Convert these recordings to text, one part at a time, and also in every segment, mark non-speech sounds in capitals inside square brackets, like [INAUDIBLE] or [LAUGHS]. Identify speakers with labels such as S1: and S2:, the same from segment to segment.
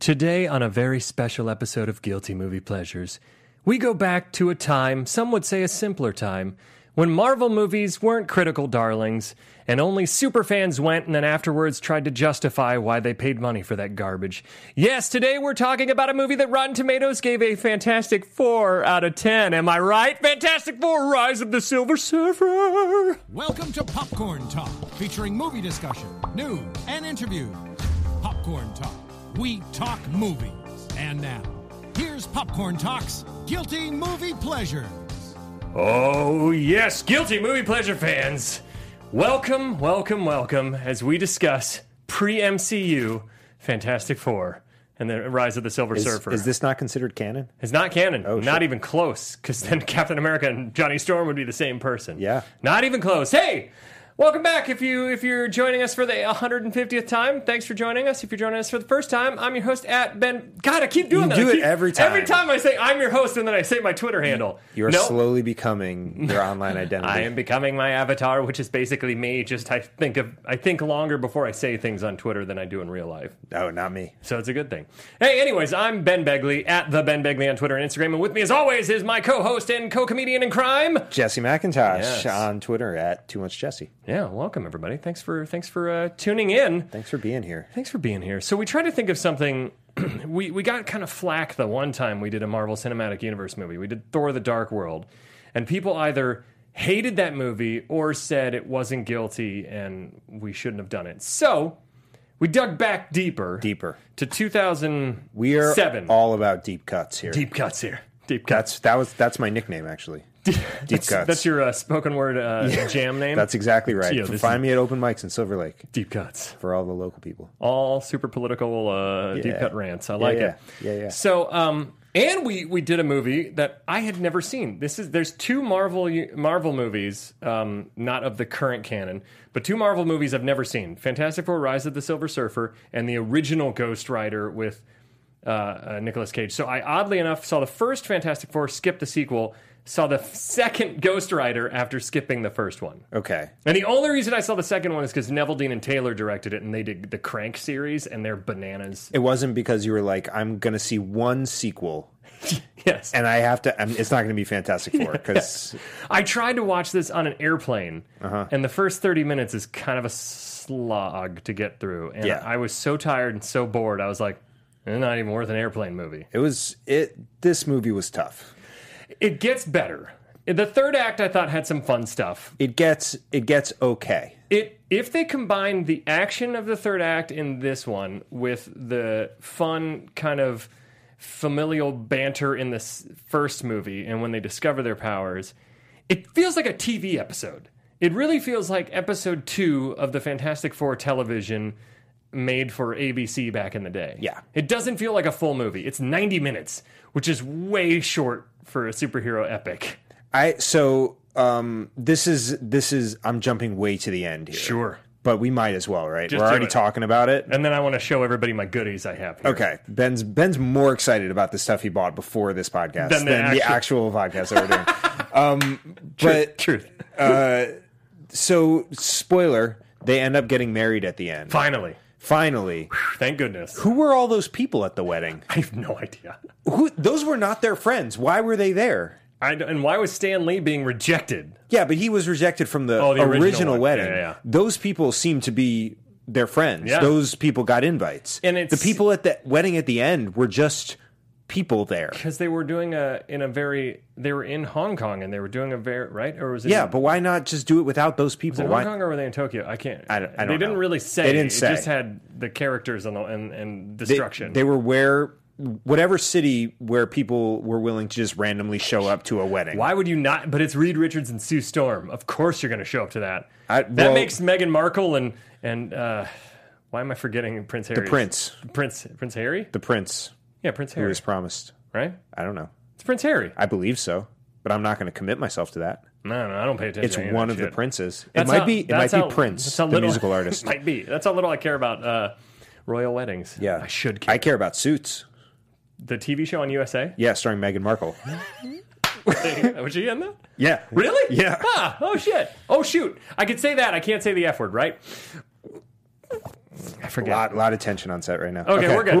S1: Today, on a very special episode of Guilty Movie Pleasures, we go back to a time, some would say a simpler time, when Marvel movies weren't critical darlings, and only superfans went and then afterwards tried to justify why they paid money for that garbage. Yes, today we're talking about a movie that Rotten Tomatoes gave a fantastic 4 out of 10. Am I right? Fantastic 4 Rise of the Silver Surfer!
S2: Welcome to Popcorn Talk, featuring movie discussion, news, and interviews. Popcorn Talk, we talk movies. And now, here's Popcorn Talk's Guilty Movie Pleasure.
S1: Oh, yes, guilty movie pleasure fans. Welcome, welcome, welcome as we discuss pre MCU Fantastic Four and the Rise of the Silver
S3: Is,
S1: Surfer.
S3: is this not considered canon?
S1: it's not canon.
S3: Oh,
S1: not
S3: shit.
S1: even close, because
S3: [LAUGHS]
S1: then Captain America and Johnny Storm would be the same person.
S3: Yeah.
S1: Not even close. Hey! Welcome back. If you if you're joining us for the 150th time, thanks for joining us. If you're joining us for the first time, I'm your host at Ben. God, I keep doing
S3: You
S1: that.
S3: do
S1: I
S3: it
S1: keep-
S3: every time.
S1: Every time I say I'm your host, and then I say my Twitter handle.
S3: You are
S1: Nope.
S3: slowly becoming
S1: [LAUGHS]
S3: your online identity.
S1: I am becoming my avatar, which is basically me. Just I think of I think longer before I say things on Twitter than I do in real life.
S3: No, not me.
S1: So it's a good thing. Hey, anyways, I'm Ben Begley at the Ben Begley on Twitter and Instagram, and with me as always is my co-host and co-comedian in crime.
S3: Jesse McIntosh
S1: Yes.
S3: on Twitter at Too Much Jesse.
S1: Yeah, welcome everybody. Thanks for thanks for uh, tuning in.
S3: Thanks for being here.
S1: Thanks for being here. So we tried to think of something. [CLEARS THROAT] we we got kind of flack the one time we did a Marvel Cinematic Universe movie. We did Thor: The Dark World, and people either hated that movie or said it wasn't guilty and we shouldn't have done it. So we dug back deeper,
S3: Deeper.
S1: to 2007.
S3: We are all about deep cuts here.
S1: deep cuts here. Deep cuts.
S3: That's that was that's my nickname actually. Deep
S1: [LAUGHS] That's,
S3: cuts.
S1: that's your uh, spoken
S3: [LAUGHS]
S1: word uh, jam name.
S3: That's exactly right.
S1: Yeah, this
S3: Find me at open mics in Silver Lake
S1: deep cuts.
S3: for all the local people.
S1: all super political uh, deep
S3: Yeah.
S1: cut rants. I like
S3: yeah.
S1: it.
S3: Yeah, yeah.
S1: So, um, and we we did a movie that I had never seen. This is there's two Marvel Marvel movies, um, not of the current canon, but two Marvel movies I've never seen: Fantastic Four: Rise of the Silver Surfer and the original Ghost Rider with uh, uh, Nicolas Cage. So I oddly enough saw the first Fantastic Four, skipped the sequel, saw the second Ghost Rider after skipping the first one.
S3: Okay.
S1: And the only reason I saw the second one is because Neville Dean and Taylor directed it, and they did the Crank series, and they're bananas.
S3: It wasn't because you were like, I'm gonna see one sequel
S1: [LAUGHS] Yes,
S3: and I have to. i it's not gonna be Fantastic
S1: [LAUGHS]
S3: Four because
S1: I tried to watch this on an airplane, and the first thirty minutes is kind of a slog to get through. And
S3: Yeah.
S1: I was so tired and so bored. I was like, "It's not even worth an airplane movie."
S3: it was it. This movie was tough.
S1: It gets better. The third act I thought had some fun stuff.
S3: It gets it gets okay.
S1: It if they combine the action of the third act in this one with the fun kind of familial banter in this first movie and when they discover their powers, it feels like a TV episode. It really feels like episode 2 of the Fantastic 4 television made for ABC back in the day.
S3: Yeah.
S1: It doesn't feel like a full movie. It's 90 minutes, which is way short for a superhero epic.
S3: I so um this is this is I'm jumping way to the end here. But we might as well, right?
S1: Just
S3: We're
S1: do
S3: already
S1: it.
S3: talking about it.
S1: And then I want to show everybody my goodies I have here.
S3: Okay. Ben's Ben's more excited about the stuff he bought before this podcast
S1: Than
S3: than,
S1: the
S3: the
S1: actual-
S3: actual podcast that we're doing.
S1: [LAUGHS]
S3: um but
S1: Truth.
S3: so spoiler, they end up getting married at the end.
S1: Finally.
S3: Finally.
S1: Thank goodness.
S3: Who were all those people at the wedding?
S1: I have no idea.
S3: Who those were not their friends. Why were they there?
S1: I, and why was Stan Lee being rejected?
S3: Yeah, but he was rejected from the,
S1: Oh, the original
S3: original,
S1: one.
S3: wedding.
S1: Yeah, yeah, yeah.
S3: Those people seem to be their friends.
S1: Yeah.
S3: Those people got invites,
S1: And
S3: the
S1: it's-
S3: people at the wedding at the end were just people there.
S1: because they were doing a in a very they were in Hong Kong and they were doing a very right or was it
S3: Yeah,
S1: in-
S3: but why not just do it without those
S1: was it
S3: people?
S1: Hong
S3: Why?
S1: Kong or were they in Tokyo? I can't.
S3: I don't- I don't
S1: they didn't
S3: know.
S1: really say.
S3: They didn't
S1: It just
S3: say.
S1: had the characters and the, and, and
S3: They,
S1: destruction.
S3: they were where whatever city where people were willing to just randomly show up to a wedding.
S1: Why would you not? But it's Reed Richards and Sue Storm. Of course, you're going to show up to that.
S3: I-
S1: that
S3: well-
S1: makes Meghan Markle and and uh, why am I forgetting Prince Harry?
S3: prince.
S1: Prince Prince Harry.
S3: The prince
S1: Yeah, Prince
S3: who
S1: Harry.
S3: was promised.
S1: right?
S3: I don't know.
S1: It's Prince Harry.
S3: I believe so, but I'm not going to commit myself to that.
S1: No, no, I don't pay attention.
S3: It's
S1: to any
S3: one
S1: that
S3: of the
S1: shit.
S3: princes.
S1: That's
S3: it might
S1: how-
S3: be. It might
S1: that's
S3: be
S1: how-
S3: Prince,
S1: that's how
S3: the
S1: little- [LAUGHS]
S3: musical artist.
S1: might be. That's how little I care about uh, royal weddings.
S3: yeah,
S1: I should care.
S3: I care about Suits.
S1: the TV show
S3: [LAUGHS]
S1: on USA.
S3: Yeah, starring Meghan
S1: [LAUGHS]
S3: Markle.
S1: Was she in that?
S3: Yeah.
S1: Really?
S3: Yeah.
S1: Ah, oh shit. Oh shoot. I could say that. I can't say the F word, right? [LAUGHS] I
S3: A
S1: forget.
S3: lot, lot of tension on set right now.
S1: Okay, we're good.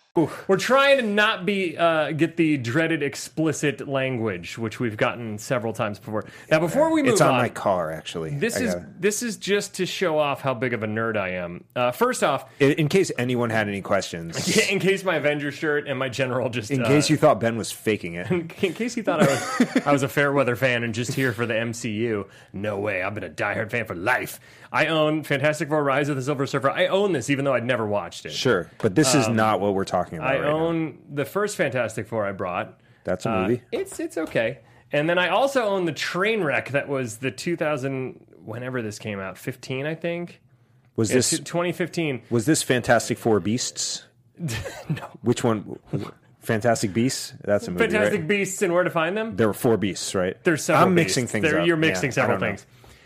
S1: We're trying to not be uh, get the dreaded explicit language, which we've gotten several times before. Now, before we move
S3: It's on my car actually.
S1: this
S3: I
S1: is
S3: gotta-
S1: this is just to show off how big of a nerd I am. Uh,
S3: [LAUGHS]
S1: first off,
S3: in, in case anyone had any
S1: [LAUGHS]
S3: questions.
S1: in case my Avenger shirt and my general just
S3: In
S1: uh,
S3: case you thought Ben was faking it.
S1: [LAUGHS] in case you thought I was I was a fair weather fan and just here for the MCU, no way. I've been a diehard fan for life. I own Fantastic Four: Rise of the Silver Surfer. I own this, even though I'd never watched it.
S3: Sure, but this is not what we're talking about.
S1: Um, I
S3: right now.
S1: own the first Fantastic Four I brought.
S3: That's a
S1: Uh,
S3: movie.
S1: it's it's okay. And then I also own the train wreck that was the 2000 whenever this came out, 15 I think.
S3: Was
S1: It's
S3: this
S1: 2015.
S3: was this Fantastic Four
S1: [LAUGHS]
S3: Beasts? no. Which one? Fantastic Beasts. That's a movie.
S1: Fantastic
S3: right?
S1: Beasts and Where to Find Them.
S3: There were four beasts, right?
S1: There's several.
S3: I'm
S1: beasts.
S3: mixing things
S1: There-
S3: up.
S1: You're
S3: Yeah,
S1: mixing
S3: I
S1: several
S3: don't know.
S1: things.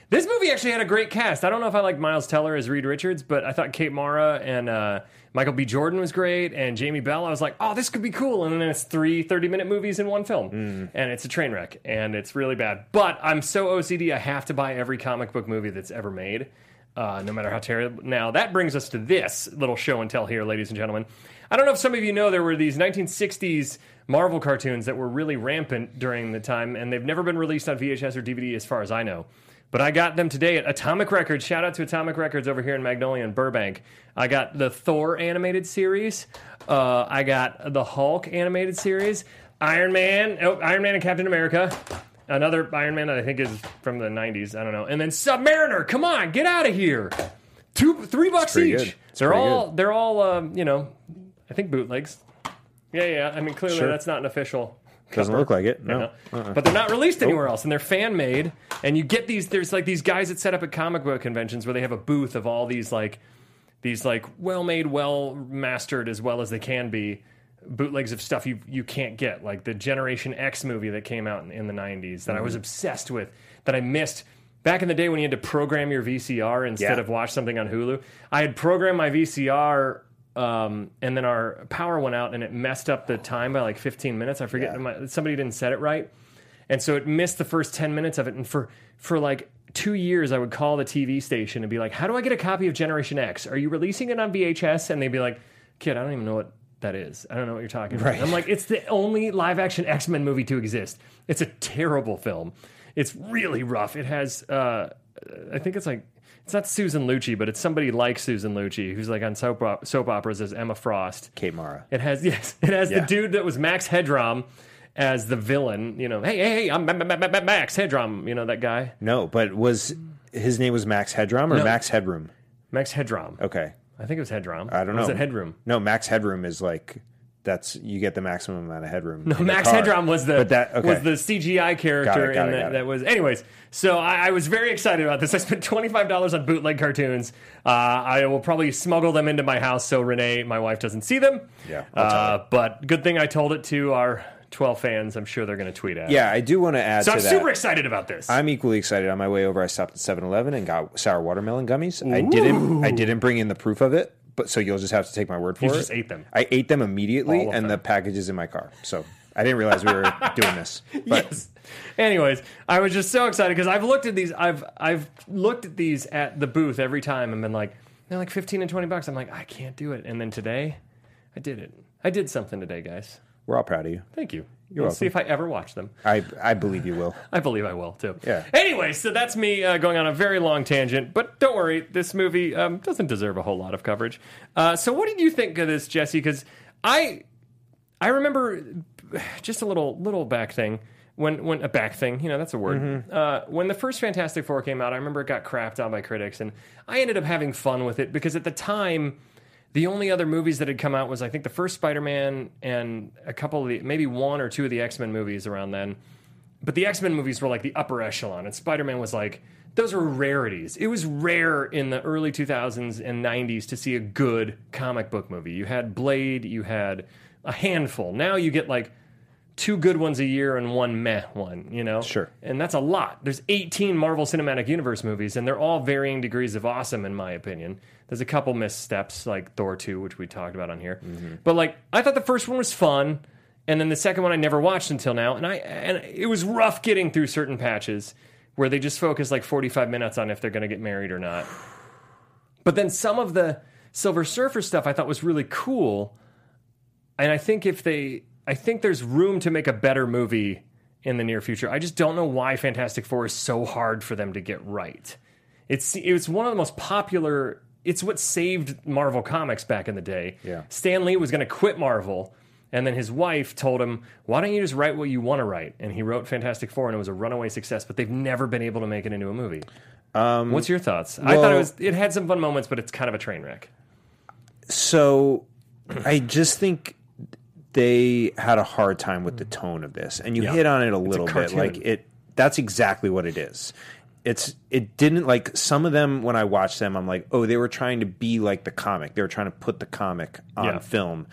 S1: This movie actually had a great cast. I don't know if I like Miles Teller as Reed Richards, but I thought Kate Mara and uh, Michael B. Jordan was great, and Jamie Bell. I was like, oh, this could be cool. And then it's three 30 minute movies in one film,
S3: Mm.
S1: and it's a train wreck, and it's really bad. But I'm so OCD, I have to buy every comic book movie that's ever made, uh, no matter how terrible. Now, that brings us to this little show and tell here, ladies and gentlemen. I don't know if some of you know there were these 1960s Marvel cartoons that were really rampant during the time, and they've never been released on VHS or DVD as far as I know. But I got them today at Atomic Records. Shout out to Atomic Records over here in Magnolia and Burbank. I got the Thor animated series. Uh, I got the Hulk animated series. Iron Man, oh, Iron Man and Captain America. Another Iron Man that I think is from the 90s. I don't know. And then Submariner. Come on, get out of here. Two, three bucks
S3: pretty
S1: each.
S3: good. It's
S1: They're
S3: pretty
S1: all, they're all, um, you know, I think bootlegs. Yeah, yeah. I mean, clearly
S3: Sure.
S1: that's not an official.
S3: Doesn't
S1: cover.
S3: look like it.
S1: You
S3: No. Uh-uh.
S1: know? But they're not released anywhere else, and they're fan made. And you get these. There's like these guys that set up at comic book conventions where they have a booth of all these like these like well made, well mastered as well as they can be bootlegs of stuff you you can't get, like the Generation X movie that came out in, in the '90s that I
S3: Mm-hmm.
S1: was obsessed with that I missed. Back in the day when you had to program your VCR instead
S3: Yeah.
S1: of watch something on Hulu, I had programmed my VCR um, and then our power went out and it messed up the time by like 15 minutes. I forget my, somebody didn't set it right, and so it missed the first 10 minutes of it. And for for like two years, I would call the TV station and be like, "How do I get a copy of Generation X? Are you releasing it on VHS?" And they'd be like, "Kid, I don't even know what that is. I don't know what you're talking about." I'm like, "It's the only live action X Men movie to exist. It's a terrible film. It's really rough. It has." Uh, I think it's like it's not Susan Lucci, but it's somebody like Susan Lucci who's like on soap op- soap operas as Emma Frost.
S3: Kate Mara.
S1: It has [LAUGHS] yes, it has the
S3: Yeah.
S1: dude that was Max Hedrom as the villain. You know, hey hey, hey I'm Ma- Ma- Ma- Ma- Max Hedrom. You know that guy,
S3: No, but was
S1: Mm.
S3: his name was Max Headroom or Max Headroom?
S1: Max Hedrom.
S3: Okay.
S1: I think it was Hedrom.
S3: I don't
S1: Or
S3: know.
S1: Was it Headroom?
S3: No, Max Headroom is like that's you get the maximum amount of headroom. No,
S1: Max Hedrom was the
S3: but that okay.
S1: was the CGI character
S3: Got it, got
S1: in
S3: it,
S1: that,
S3: got it.
S1: that was. Anyways, so I, I was very excited about this. I spent twenty five dollars on bootleg cartoons. Uh, I will probably smuggle them into my house so Renee, my wife, doesn't see them.
S3: Yeah, I'll tell
S1: Uh, but good thing I told it to our twelve fans. I'm sure they're going to tweet at. it.
S3: Yeah, I do want to add
S1: So
S3: to
S1: I'm
S3: that.
S1: super excited about this.
S3: I'm equally excited. On my way over, I stopped at 7-Eleven and got sour watermelon gummies. I didn't. I didn't bring in the proof of it, but so you'll just have to take my word for
S1: You
S3: it.
S1: just ate them.
S3: I ate them immediately,
S1: All of
S3: and
S1: them.
S3: the package is in my car. So I didn't realize we were doing
S1: [LAUGHS]
S3: this. But
S1: yes. Anyways, I was just so excited because I've looked at these. I've I've looked at these at the booth every time and been like, they're like fifteen and twenty bucks. I'm like, I can't do it. And then today, I did it. I did something today, guys.
S3: we're all proud of you.
S1: Thank you. You're See if I ever watch them.
S3: I I believe you will.
S1: I believe I will too.
S3: Yeah.
S1: Anyway, so that's me uh, going on a very long tangent, but don't worry, this movie um, doesn't deserve a whole lot of coverage. Uh, so, what did you think of this, Jesse? Because I, I remember just a little little back thing when when a back thing, you know, that's a word. Uh, when the first Fantastic Four came out, I remember it got crapped on by critics, and I ended up having fun with it because at the time. The only other movies that had come out was I think the first Spider-Man and a couple of the maybe one or two of the X-Men movies around then but the X-Men movies were like the upper echelon and Spider-Man was like those were rarities. It was rare in the early 2000s and 90s to see a good comic book movie. You had Blade, you had a handful. Now you get like two good ones a year and one meh one, you know?
S3: Sure.
S1: And that's a lot. There's 18 Marvel Cinematic Universe movies, and they're all varying degrees of awesome, in my opinion. There's a couple missteps, like Thor 2, which we talked about on here. But, like, I thought the first one was fun, and then the second one I never watched until now. And, I, and it was rough getting through certain patches where they just focus like 45 minutes on if they're going to get married or not. But then some of the Silver Surfer stuff I thought was really cool and I think if they, I think there's room to make a better movie in the near future. I just don't know why Fantastic Four is so hard for them to get right. It's it's one of the most popular. It's what saved Marvel comics back in the day.
S3: Yeah.
S1: Stan Lee was going to quit Marvel, and then his wife told him, "Why don't you just write what you want to write?" And he wrote Fantastic Four, and it was a runaway success. But they've never been able to make it into a movie. What's your thoughts? I thought it
S3: Um, well-
S1: was. It had some fun moments, but it's kind of a train wreck.
S3: So I just think they had a hard time with the tone of this, and you hit on it a little bit.
S1: cartoon.
S3: Like it, that's exactly what it is. It's it didn't like some of them when I watched them. I'm like, oh, they were trying to be like the comic. They were trying to put the comic on
S1: Yeah.
S3: film.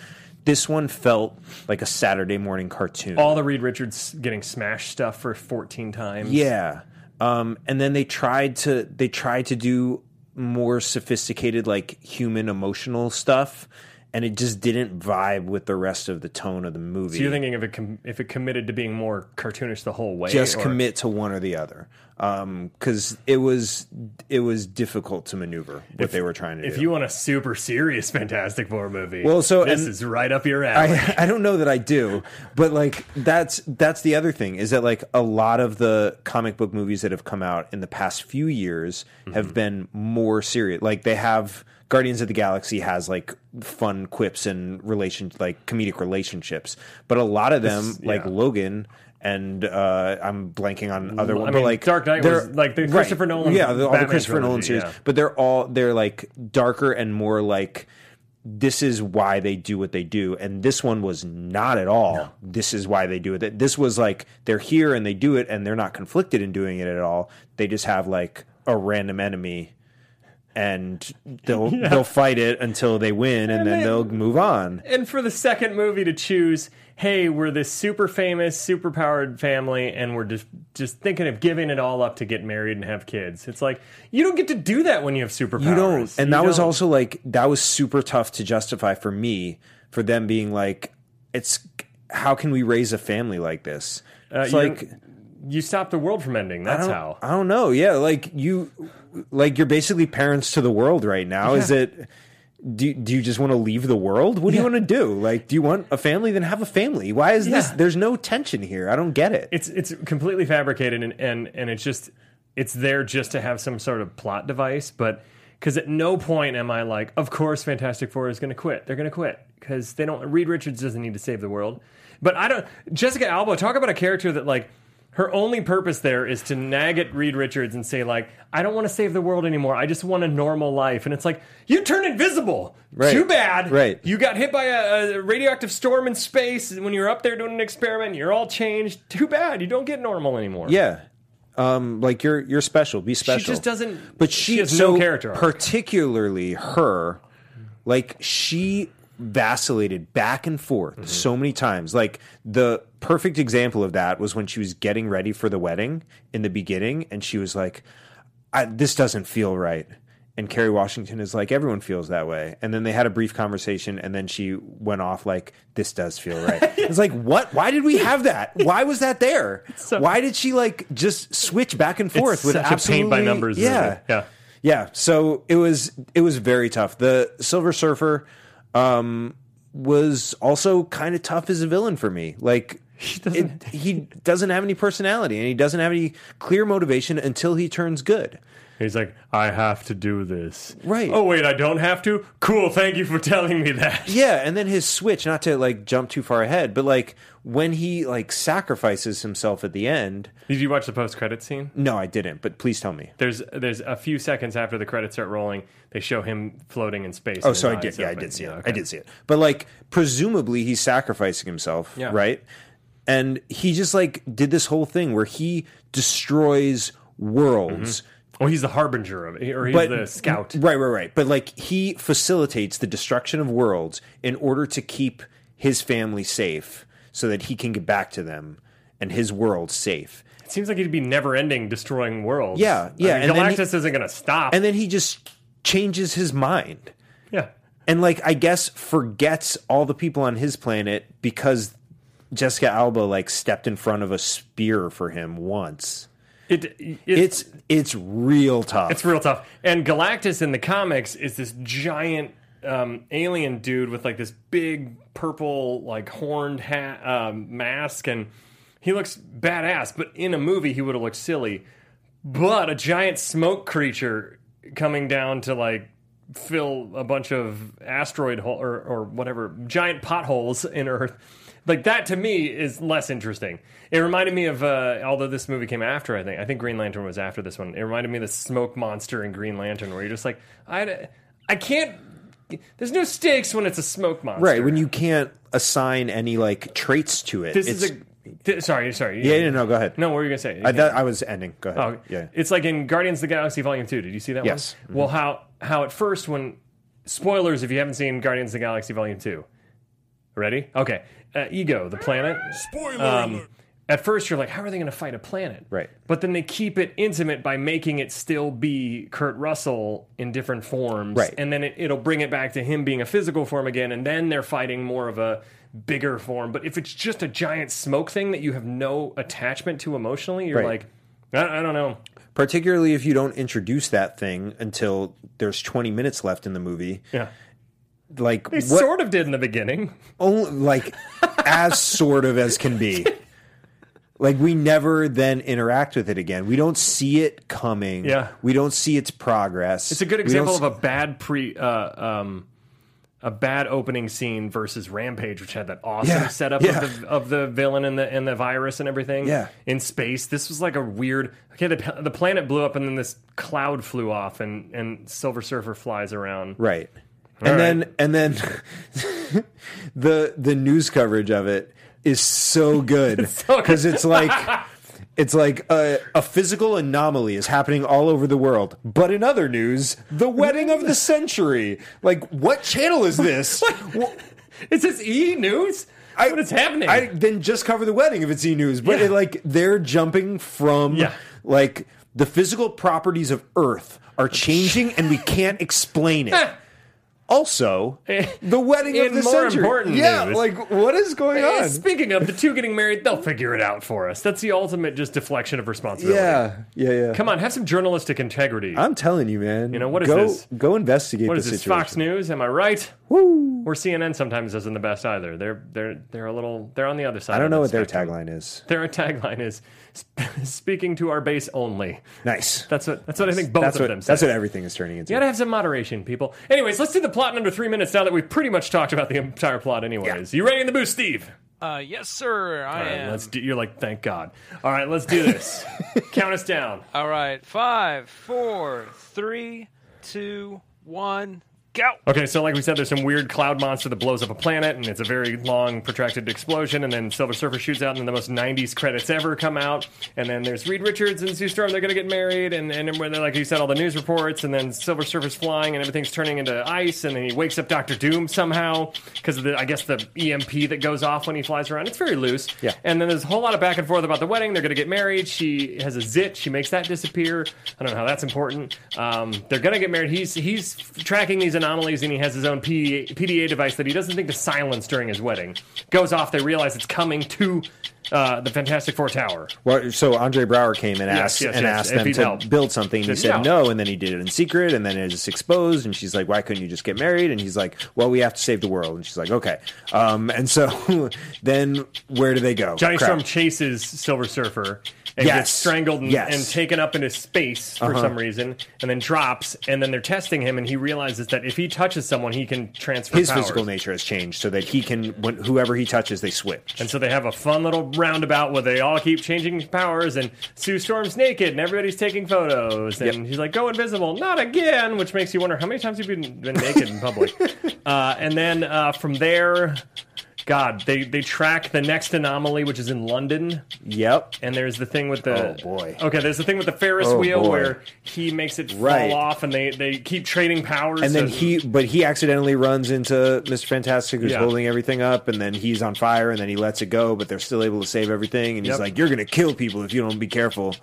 S3: This one felt like a Saturday morning cartoon.
S1: all the Reed Richards getting smashed stuff for 14 times.
S3: Yeah. Um, and then they tried to they tried to do more sophisticated like human emotional stuff and it just didn't vibe with the rest of the tone of the movie.
S1: So you're thinking if it com- if it committed to being more cartoonish the whole way,
S3: just
S1: or-
S3: commit to one or the other. Um 'cause cuz it was it was difficult to maneuver what they were trying to
S1: If
S3: do.
S1: you want a super serious [LAUGHS] Fantastic Four movie,
S3: Well, so-
S1: this
S3: and-
S1: is right up your
S3: [LAUGHS]
S1: alley.
S3: I, I don't know that I do, but like that's that's the other thing is that like a lot of the comic book movies that have come out in the past few years have been more serious. Like they have Guardians of the Galaxy has like fun quips and relation like comedic relationships, but a lot of them like
S1: yeah.
S3: Logan. And uh, I'm blanking on other one,
S1: I
S3: but
S1: mean,
S3: like
S1: Dark Knight
S3: they're-
S1: was, like, the
S3: right.
S1: Christopher Nolan
S3: yeah, the, all the
S1: Batman
S3: Christopher Nolan
S1: trilogy,
S3: series,
S1: yeah.
S3: but they're all they're like darker and more like this is why they do what they do and this one was not at all this is why they do it this was like they're here and they do it and they're not conflicted in doing it at all they just have like a random enemy and
S1: [LAUGHS]
S3: they'll they'll fight it until they win and, then
S1: they-
S3: they'll move on
S1: and for the second movie to choose, hey, we're this super famous, super powered family, and we're just just thinking of giving it all up to get married and have kids. It's like you don't get to do that when you have superpowers.
S3: you don't and
S1: You
S3: that was
S1: don't.
S3: also like that was super tough to justify for me for them being like it's how can we raise a family like this it's
S1: Uh, you
S3: like
S1: you stop the world from ending. That's
S3: I don't,
S1: how.
S3: I don't know. Yeah, like you, like you're basically parents to the world right now. Is it? Do do you just want to leave the world? What do you want to do? Like, do you want a family? Then have a family. Why is this?
S1: Yeah.
S3: There's no tension here. I don't get it.
S1: it's it's completely fabricated and and and it's just it's there just to have some sort of plot device but because at no point am i like of course fantastic four is going to quit they're going to quit because they don't reed richards doesn't need to save the world but i don't jessica alba talk about a character that like her only purpose there is to nag at Reed Richards and say like, "I don't want to save the world anymore. I just want a normal life." And it's like, "You turn invisible.
S3: Right.
S1: Too bad.
S3: Right.
S1: You got hit by a, a radioactive storm in space when you were up there doing an experiment. You're all changed. Too bad. You don't get normal anymore.
S3: yeah, um, like you're you're special. Be special.
S1: just doesn't-
S3: But
S1: she
S3: she,
S1: has
S3: so
S1: no character arc.
S3: Particularly her, like she vacillated back and forth
S1: Mm-hmm.
S3: so many times. Like the perfect example of that was when she was getting ready for the wedding in the beginning, and she was like, I, "This doesn't feel right." And Kerry Washington is like, "Everyone feels that way." And then they had a brief conversation, and then she went off like, "This does feel
S1: [LAUGHS]
S3: right." it's like, what? Why did we have that? Why was that
S1: [LAUGHS]
S3: there? Why did she like just switch back and forth with
S1: such a paint by
S3: absolutely-
S1: numbers movie.
S3: Yeah,
S1: Yeah.
S3: yeah, so it was it was very tough. The Silver Surfer um, was also kind of tough as a villain for me.
S1: [LAUGHS]
S3: Like he doesn't, he doesn't have any personality and he doesn't have any clear motivation until he turns good.
S1: He's like, I have to do this.
S3: Right.
S1: Oh, wait, I don't have to? Cool. Thank you for telling me
S3: [LAUGHS]
S1: that.
S3: Yeah, and then his switch, not to like jump too far ahead, but like when he like sacrifices himself at the end.
S1: Did you watch the post credit scene?
S3: No, I didn't, but please tell me.
S1: There's there's a few seconds after the credits start rolling, they show him floating in space.
S3: Oh,
S1: and
S3: so I
S1: his
S3: did. Yeah,
S1: eyes
S3: I
S1: open.
S3: did see it.
S1: Yeah,
S3: I
S1: okay.
S3: did see it. But like, presumably, he's sacrificing himself,
S1: Yeah.
S3: right? And he just like did this whole thing where he destroys worlds,
S1: Well, he's the harbinger of it, or Mm-hmm. he's
S3: but
S1: the scout.
S3: Right, right, right. But like, he facilitates the destruction of worlds in order to keep his family safe, so that he can get back to them and his world safe.
S1: It seems like he'd be never ending destroying worlds.
S3: Yeah, yeah,
S1: I mean,
S3: and then he-
S1: Galactus isn't going to stop.
S3: And then he just changes his mind.
S1: yeah.
S3: and like I guess forgets all the people on his planet because Jessica Alba like stepped in front of a spear for him once.
S1: It, it's
S3: It's it's real tough.
S1: It's real tough. And Galactus in the comics is this giant um, alien dude with like this big purple like horned hat um, mask, and he looks badass. But in a movie, he would have looked silly. But a giant smoke creature coming down to like fill a bunch of asteroid hole or, or whatever giant potholes in Earth. Like that to me is less interesting. It reminded me of uh, although this movie came after I think I think Green Lantern was after this one. It reminded me of the smoke monster in Green Lantern where you're just like I I can't. There's no stakes when it's a smoke monster.
S3: right when you can't assign any like traits to it.
S1: This
S3: it's,
S1: is a. th- sorry, sorry.
S3: yeah, yeah, no, go ahead.
S1: No, what were you gonna say?
S3: I, that, I was ending. Go ahead.
S1: Oh,
S3: yeah.
S1: It's like in Guardians of the Galaxy Volume Two. Did you see that
S3: Yes. Mm-hmm.
S1: one? Well, how how at first when spoilers if you haven't seen Guardians of the Galaxy Volume Two. Ready? Okay. Uh, Ego, the planet. Um,
S2: Spoiler alert.
S1: At first, you're like, how are they going to fight a planet?
S3: Right.
S1: But then they keep it intimate by making it still be Kurt Russell in different forms.
S3: Right.
S1: And then it, it'll bring it back to him being a physical form again. And then they're fighting more of a bigger form. But if it's just a giant smoke thing that you have no attachment to emotionally, you're
S3: Right.
S1: like, I, I don't know.
S3: Particularly if you don't introduce that thing until there's 20 minutes left in the movie.
S1: Yeah.
S3: Like
S1: They
S3: what?
S1: sort of did in the beginning.
S3: only like as sort of as can be. Like we never then interact with it again. We don't see it coming.
S1: Yeah.
S3: We don't see its progress.
S1: It's a good example of a bad pre uh, um a bad opening scene versus Rampage, which had that awesome
S3: Yeah,
S1: setup
S3: yeah.
S1: of the of the villain and the and the virus and everything.
S3: Yeah.
S1: In space, this was like a weird. Okay, the the planet blew up and then this cloud flew off and and Silver Surfer flies around.
S3: Right. and then and then [LAUGHS] the the news coverage of it is so good
S1: [LAUGHS] good.
S3: because it's, like it's like a, a physical anomaly is happening all over the world. But in other news, the wedding of the century. Like what channel is this?
S1: [LAUGHS]
S3: Wha-
S1: Is this E News? what is happening?
S3: I then just cover the wedding if it's E News. But
S1: Yeah.
S3: it, like they're jumping from
S1: Yeah.
S3: like the physical properties of Earth are changing and we can't explain
S1: [LAUGHS]
S3: it. also, the wedding of
S1: In
S3: the
S1: more
S3: century.
S1: important
S3: yeah,
S1: news.
S3: like what is going
S1: Eh,
S3: on?
S1: Speaking of the two getting married, they'll figure it out for us. That's the ultimate just deflection of responsibility.
S3: yeah, yeah, yeah.
S1: Come on, have some journalistic integrity.
S3: I'm telling you, man. You
S1: know, what is
S3: go,
S1: this?
S3: Go investigate
S1: What
S3: the
S1: is this?
S3: situation.
S1: Fox News? Am I right? Or CNN sometimes isn't the best either. They're they're they're a little they're on the other side.
S3: I don't know what
S1: they're
S3: their tagline is.
S1: Their tagline is "Sp- [LAUGHS] speaking to our base only.
S3: Nice.
S1: That's what that's what I think both
S3: that's
S1: of
S3: what
S1: them say.
S3: that's what everything is turning into.
S1: you gotta have some moderation, people. Anyways, let's do the plot in under three minutes now that we've pretty much talked about the entire plot anyways. You ready in the booth, Steve?
S4: Uh, yes, sir. I
S1: All right,
S4: am.
S1: let's do you're like, thank God. All right, let's do
S4: [LAUGHS]
S1: this. Count us down.
S4: All right. Five, four, three, two, one. go.
S1: Okay, so like we said, there's some weird cloud monster that blows up a planet, and it's a very long, protracted explosion. And then Silver Surfer shoots out, and then the most '90s credits ever come out. And then there's Reed Richards and Sue Storm; they're gonna get married, and and when they- like you said, all the news reports. And then Silver Surfer's flying, and everything's turning into ice. And then he wakes up Doctor Doom somehow because of the, I guess the EMP that goes off when he flies around. It's very loose.
S3: Yeah.
S1: And then there's a whole lot of back and forth about the wedding. They're gonna get married. She has a zit. She makes that disappear. I don't know how that's important. Um, they're gonna get married. He's he's tracking these anomalies, and he has his own PDA, PDA device that he doesn't think to silence during his wedding. Goes off. They realize it's coming to uh, the Fantastic Four Tower.
S3: Well, so Andre Brower came and
S1: Yes,
S3: asked
S1: yes,
S3: and
S1: yes,
S3: asked
S1: if
S3: them
S1: he'd
S3: to
S1: help.
S3: build something. And he
S1: Did he
S3: said
S1: help?
S3: no, and then he did it in secret, and then it's exposed. And she's like, "Why couldn't you just get married?" And he's like, "Well, we have to save the world." And she's like, "Okay." Um, and so [LAUGHS] then where do they go?
S1: Johnny
S3: Crap.
S1: Storm chases Silver Surfer and
S3: Yes.
S1: gets strangled and,
S3: Yes. Uh-huh.
S1: and taken up into space for some reason, and then drops. And then they're testing him, and he realizes that if he touches someone, he can transfer
S3: His
S1: powers.
S3: physical nature has changed so that he can, when, whoever he touches, they switch.
S1: And so they have a fun little roundabout where they all keep changing powers, and Sue Storm's naked, and everybody's taking photos, and
S3: Yep.
S1: he's like, "Go invisible, not again," which makes you wonder how many times you've been, been naked in
S3: [LAUGHS]
S1: public. Uh, and then uh, from there, God, they they track the next anomaly, which is in London,
S3: Yep.
S1: and there's the thing with the
S3: Oh, boy.
S1: Okay, there's the thing with the Ferris
S3: Oh,
S1: wheel
S3: boy.
S1: where he makes it
S3: Right.
S1: fall off, and they they keep trading powers,
S3: And then he, but he accidentally runs into Mr. Fantastic, who's
S1: Yeah.
S3: holding everything up, and then he's on fire, and then he lets it go, but they're still able to save everything. And he's
S1: Yep.
S3: like, "You're gonna kill people if you don't be careful."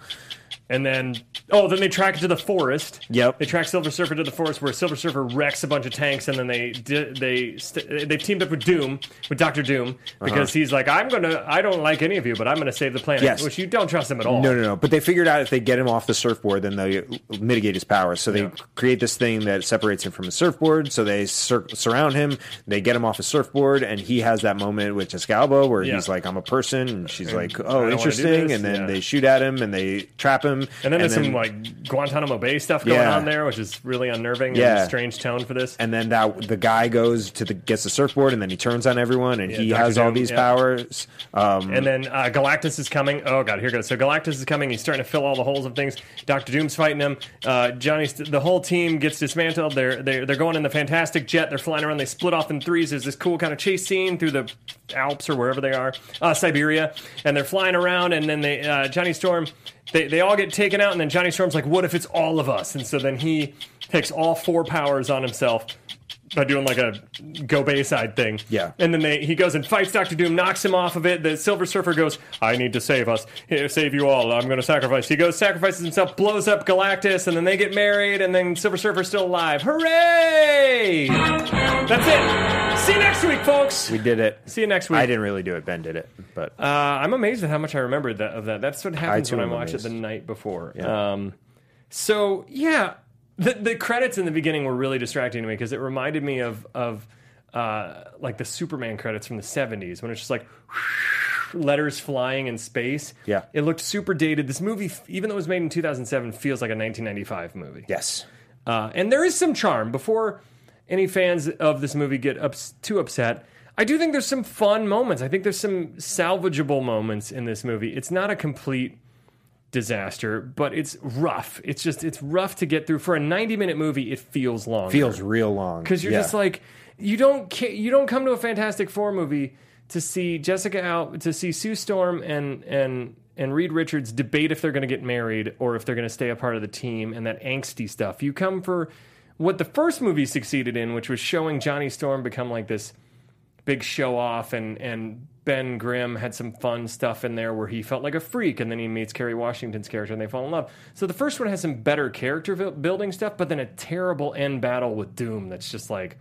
S1: And then, oh, then they track it to the forest.
S3: Yep.
S1: They track Silver Surfer to the forest, where Silver Surfer wrecks a bunch of tanks, and then they di- they st- they've teamed up with Doom, with Doctor Doom,
S3: Uh-huh.
S1: because he's like, I'm gonna, I don't like any of you, but I'm gonna save the planet.
S3: Yes.
S1: Which you don't trust him at all.
S3: No, no, no. But they figured out if they get him off the surfboard, then they mitigate his powers. So they create this thing that separates him from his surfboard. So they sur- surround him. They get him off his surfboard, and he has that moment with Jessica Alba where
S1: Yeah.
S3: he's like, "I'm a person," and she's like,
S1: wanna
S3: "Oh,
S1: do
S3: interesting."
S1: this,
S3: And then
S1: yeah.
S3: they shoot at him and they trap him.
S1: And then there's some like Guantanamo Bay stuff going
S3: Yeah.
S1: on there, which is really unnerving. and
S3: Yeah.
S1: a strange tone for this.
S3: and then that the guy goes to the gets the surfboard, and then he turns on everyone, and
S1: Yeah,
S3: he
S1: Dr.
S3: has all
S1: Doom,
S3: these
S1: yeah.
S3: powers. Um,
S1: And then uh, Galactus is coming. Oh god, here goes. So Galactus is coming. He's starting to fill all the holes of things. Doctor Doom's fighting him. Uh, Johnny, st- the whole team gets dismantled. They're, they're they're going in the Fantastic Jet. They're flying around. They split off in threes. There's this cool kind of chase scene through the Alps or wherever they are, uh, Siberia. And they're flying around. And then they uh, Johnny Storm. They, they all get taken out, and then Johnny Storm's like, "What if it's all of us?" And so then he takes all four powers on himself, by doing like a go Bayside thing.
S3: Yeah.
S1: And then they, he goes and fights Doctor Doom, knocks him off of it. The Silver Surfer goes, "I need to save us, Here, save you all. I'm going to sacrifice." He goes, sacrifices himself, blows up Galactus, and then they get married. And then Silver Surfer's still alive. Hooray! That's it. See you next week, folks.
S3: we did it.
S1: See you next week.
S3: I didn't really do it. Ben did it, but
S1: Uh, I'm amazed at how much I remembered that of that. That's what happens
S3: too
S1: when I
S3: am
S1: watch it the
S3: amazed.
S1: night before.
S3: Yeah.
S1: Um, so yeah, the the credits in the beginning were really distracting to me because it reminded me of of uh, like the Superman credits from the '70s when it's just like [LAUGHS] letters flying in space.
S3: Yeah.
S1: it looked super dated. This movie, even though it was made in 2007, feels like a 1995 movie.
S3: yes,
S1: Uh, and there is some charm. Before any fans of this movie get ups- too upset, I do think there's some fun moments. I think there's some salvageable moments in this movie. It's not a complete disaster, but it's rough. It's just it's rough to get through for a 90 minute movie. It feels long.
S3: feels real long
S1: because you're
S3: Yeah.
S1: just like you don't ca- you don't come to a Fantastic Four movie to see Jessica Al to see Sue Storm and and and Reed Richards debate if they're going to get married or if they're going to stay a part of the team and that angsty stuff. You come for what the first movie succeeded in, which was showing Johnny Storm become like this big show off and and Ben Grimm had some fun stuff in there where he felt like a freak and then he meets Kerry Washington's character and they fall in love. So the first one has some better character bu- building stuff, but then a terrible end battle with Doom that's just like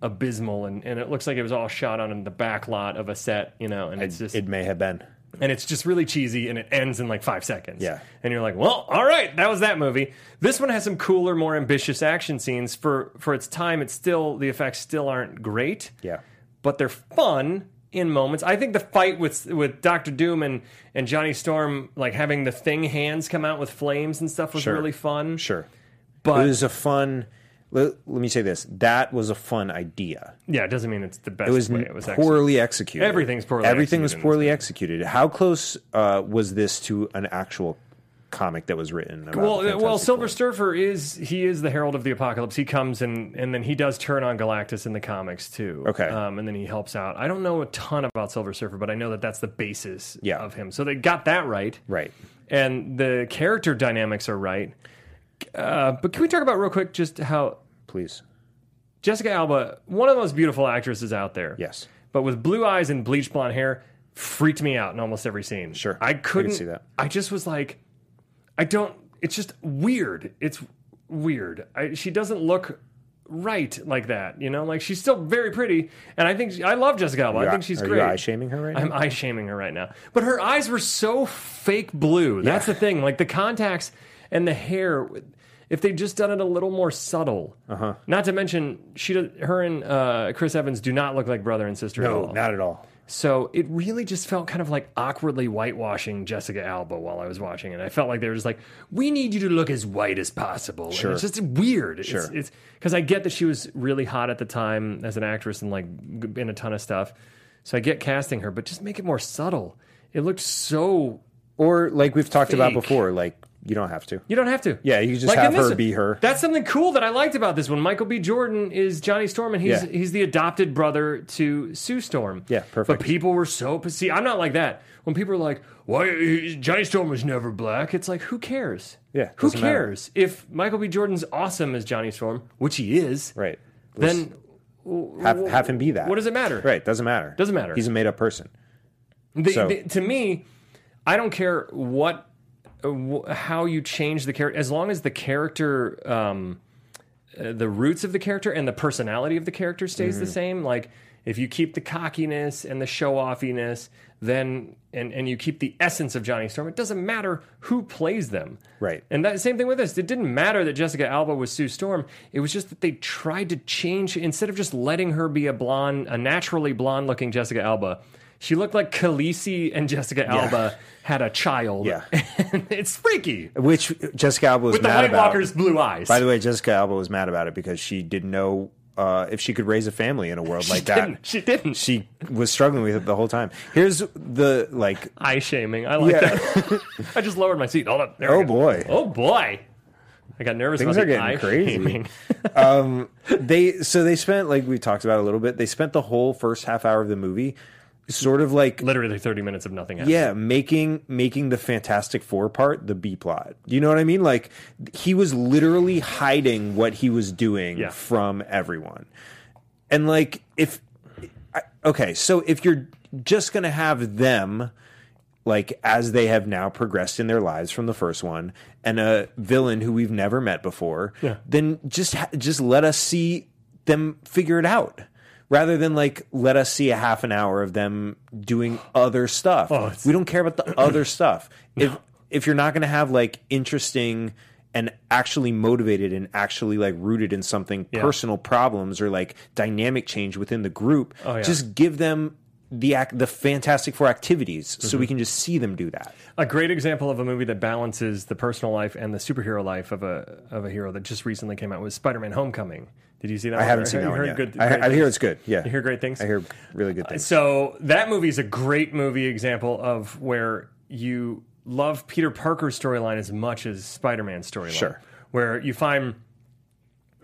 S1: abysmal and, and it looks like it was all shot on in the back lot of a set, you know, and it's just
S3: it may have been.
S1: and it's just really cheesy and it ends in like five seconds.
S3: Yeah.
S1: And you're like, well, all right, that was that movie. This one has some cooler, more ambitious action scenes. For for its time, it's still the effects still aren't great
S3: Yeah.
S1: but they're fun in moments. I think the fight with with Doctor Doom and and Johnny Storm, like having the thing hands come out with flames and stuff, was
S3: Sure.
S1: really fun.
S3: Sure.
S1: But-
S3: it was a fun. Let, let me say this: that was a fun idea.
S1: Yeah, it doesn't mean it's the best.
S3: It was,
S1: way. It was actually-
S3: poorly executed.
S1: Everything's poorly
S3: Everything
S1: executed
S3: was
S1: in this
S3: poorly executed. How close uh, was this to an actual comic that was written. About
S1: Well,
S3: the
S1: uh, well,
S3: Fantastic
S1: Silver
S3: Four.
S1: Surfer is he is the herald of the apocalypse. He comes and and then he does turn on Galactus in the comics too.
S3: Okay.
S1: um, and then he helps out. I don't know a ton about Silver Surfer, but I know that that's the basis
S3: Yeah.
S1: of him. So they got that right,
S3: Right.
S1: and the character dynamics are right. Uh, but can we talk about real quick just how
S3: Please.
S1: Jessica Alba, one of the most beautiful actresses out there.
S3: Yes.
S1: But with blue eyes and bleach blonde hair, freaked me out in almost every scene.
S3: Sure.
S1: I
S3: I can
S1: couldn't
S3: see that.
S1: I just was like, I don't. It's just weird. It's weird. I, she doesn't look right like that. You know, like she's still very pretty, and I think she, I love Jessica Alba. I
S3: You're-
S1: think she's
S3: are you
S1: great.
S3: eye shaming her right now?
S1: I'm eye shaming her right now. But her eyes were so fake blue. That's the thing. Like the contacts and the hair. If they just done it a little more subtle, uh-huh. not to mention she, does- her and uh, Chris Evans do not look like brother and sister at
S3: No,
S1: all.
S3: not at all.
S1: So it really just felt kind of like awkwardly whitewashing Jessica Alba while I was watching it. I felt like they were just like, "We need you to look as white as possible." Sure. it's just weird. Sure. It's because I get that she was really hot at the time as an actress and like g- in a ton of stuff. So I get casting her, but just make it more subtle. It looked so.
S3: Or like we've talked about
S1: Fake.
S3: before, like you don't have to.
S1: You don't have to.
S3: Yeah, you just
S1: in
S3: have
S1: this
S3: her
S1: one.
S3: be her.
S1: That's something cool that I liked about this one. Michael B. Jordan is Johnny Storm, and he's
S3: Yeah.
S1: he's the adopted brother to Sue Storm.
S3: Yeah, perfect.
S1: But people were so pissed. See, I'm not like that. When people are like, "Why he- Johnny Storm was never black?" It's like, who cares?
S3: Yeah,
S1: who
S3: doesn't matter.
S1: cares if Michael B. Jordan's awesome as Johnny Storm, which he is?
S3: Right.
S1: Then
S3: Have, have him be that.
S1: what does it matter?
S3: Right. Doesn't matter.
S1: Doesn't matter.
S3: He's a made up person.
S1: The,
S3: So-
S1: the- to me, I don't care what, uh, wh- how you change the character, as long as the character, um, uh, the roots of the character and the personality of the character stays the same. Like if you keep the cockiness and the show offiness, then and and you keep the essence of Johnny Storm, it doesn't matter who plays them.
S3: Right.
S1: And that same thing with this. It didn't matter that Jessica Alba was Sue Storm. It was just that they tried to change instead of just letting her be a blonde, a naturally blonde looking Jessica Alba. She looked like Khaleesi and Jessica Alba had a child. [LAUGHS]
S3: Yeah.
S1: it's freaky.
S3: Which Jessica Alba was
S1: With the
S3: mad
S1: White
S3: about.
S1: Walker's blue eyes.
S3: By the way, Jessica Alba was mad about it because she didn't know uh, if she could raise a family in a world like that.
S1: didn't. She didn't.
S3: She was struggling with it the whole time. Here's the like.
S1: [LAUGHS] Eye shaming. I like
S3: Yeah.
S1: that. I just lowered my seat. Hold up. There
S3: Oh,
S1: we go.
S3: boy.
S1: Oh boy. I got nervous
S3: Things
S1: about
S3: are
S1: the
S3: getting
S1: eye
S3: crazy.
S1: shaming.
S3: they so they spent like we talked about a little bit. They spent the whole first half hour of the movie sort of like
S1: [LAUGHS] Literally 30 minutes of nothing happened.
S3: yeah, making making the Fantastic Four part the B plot. You know what I mean? Like he was literally hiding what he was doing
S1: Yeah.
S3: from everyone. And like if I, okay, so if you're just going to have them like as they have now progressed in their lives from the first one and a villain who we've never met before then just ha- just let us see them figure it out rather than like let us see a half an hour of them doing other stuff
S1: it's-
S3: we don't care about the other stuff if if you're not going to have like interesting and actually motivated and actually like rooted in something personal problems or like dynamic change within the group
S1: Oh, yeah.
S3: just give them the act, the Fantastic Four activities, so
S1: Mm-hmm.
S3: we can just see them do that.
S1: A great example of a movie that balances the personal life and the superhero life of a of a hero that just recently came out was Spider-Man: Homecoming. Did you see that?
S3: I
S1: one?
S3: haven't
S1: You
S3: seen that one
S1: Oh, heard
S3: yet.
S1: good- great
S3: I, I hear
S1: things.
S3: it's good. Yeah,
S1: You hear great things.
S3: I hear really good things.
S1: So that movie is a great movie example of where you love Peter Parker's storyline as much as Spider-Man's storyline.
S3: Sure.
S1: Where you find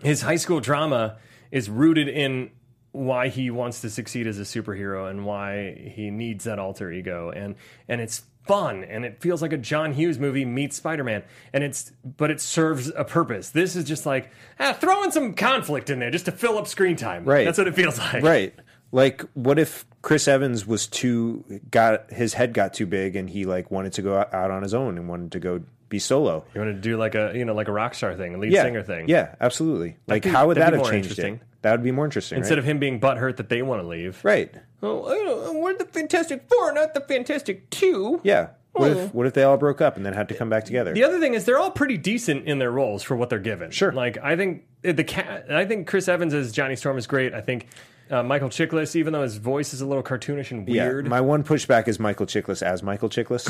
S1: his high school drama is rooted in why he wants to succeed as a superhero and why he needs that alter ego and and it's fun and it feels like a John Hughes movie meets Spider-Man and it's but it serves a purpose. This is just like ah, throw in some conflict in there just to fill up screen time.
S3: Right.
S1: That's what it feels like.
S3: right? Like, what if Chris Evans was too got his head got too big and he like wanted to go out out on his own and wanted to go be solo?
S1: You want to do like a you know like a rock star thing, a lead
S3: Yeah,
S1: singer thing.
S3: Yeah, absolutely. Like,
S1: be-
S3: how would
S1: that'd
S3: that
S1: be
S3: have
S1: more
S3: changed it?
S1: interesting.
S3: That would be more interesting.
S1: Instead
S3: right?
S1: of him being butthurt that they want to leave.
S3: right?
S1: Oh, I don't- we're the Fantastic Four, not the Fantastic Two.
S3: Yeah. What if what if they all broke up and then had to come back together?
S1: The other thing is they're all pretty decent in their roles for what they're given.
S3: Sure.
S1: Like I think eh, the cat. I think Chris Evans as Johnny Storm is great. I think uh, Michael Chiklis, even though his voice is a little cartoonish and weird.
S3: Yeah, my one pushback is Michael Chiklis as Michael
S1: [LAUGHS]
S3: Chiklis.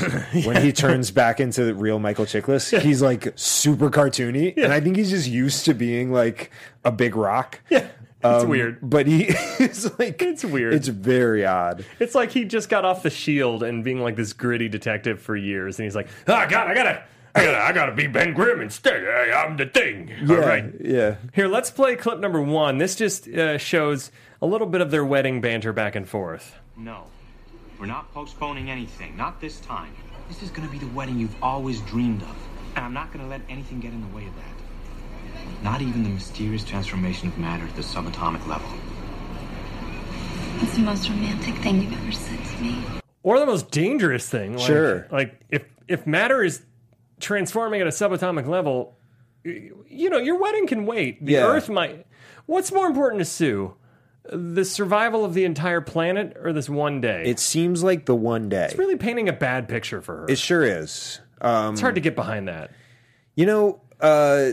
S3: When he turns back into the real Michael Chiklis, he's like super cartoony, and I think he's just used to being like a big rock. Yeah,
S1: it's
S3: um,
S1: weird.
S3: But he [LAUGHS] is like
S1: It's weird.
S3: It's very odd.
S1: It's like he just got off the shield and being like this gritty detective for years, and he's like, "Oh God, I gotta, "Hey, I gotta be Ben Grimm instead. Hey, I'm the thing. All right.
S3: Yeah.
S1: Here, let's play clip number one. This just uh, shows a little bit of their wedding banter back and forth.
S4: No, we're not postponing anything. Not this time. This is going to be the wedding you've always dreamed of. And I'm not going to let anything get in the way of that. Not even the mysterious transformation of matter at the subatomic level.
S5: It's the most romantic thing you've ever said to me.
S1: or the most dangerous thing. Like,
S3: Sure.
S1: Like if if matter is transforming at a subatomic level, y- you know your wedding can wait. The
S3: Yeah.
S1: Earth might. What's more important to Sue, the survival of the entire planet or this one day?
S3: It seems like the one day.
S1: really painting a bad picture for her.
S3: It sure is.
S1: it's hard to get behind that.
S3: You know, uh,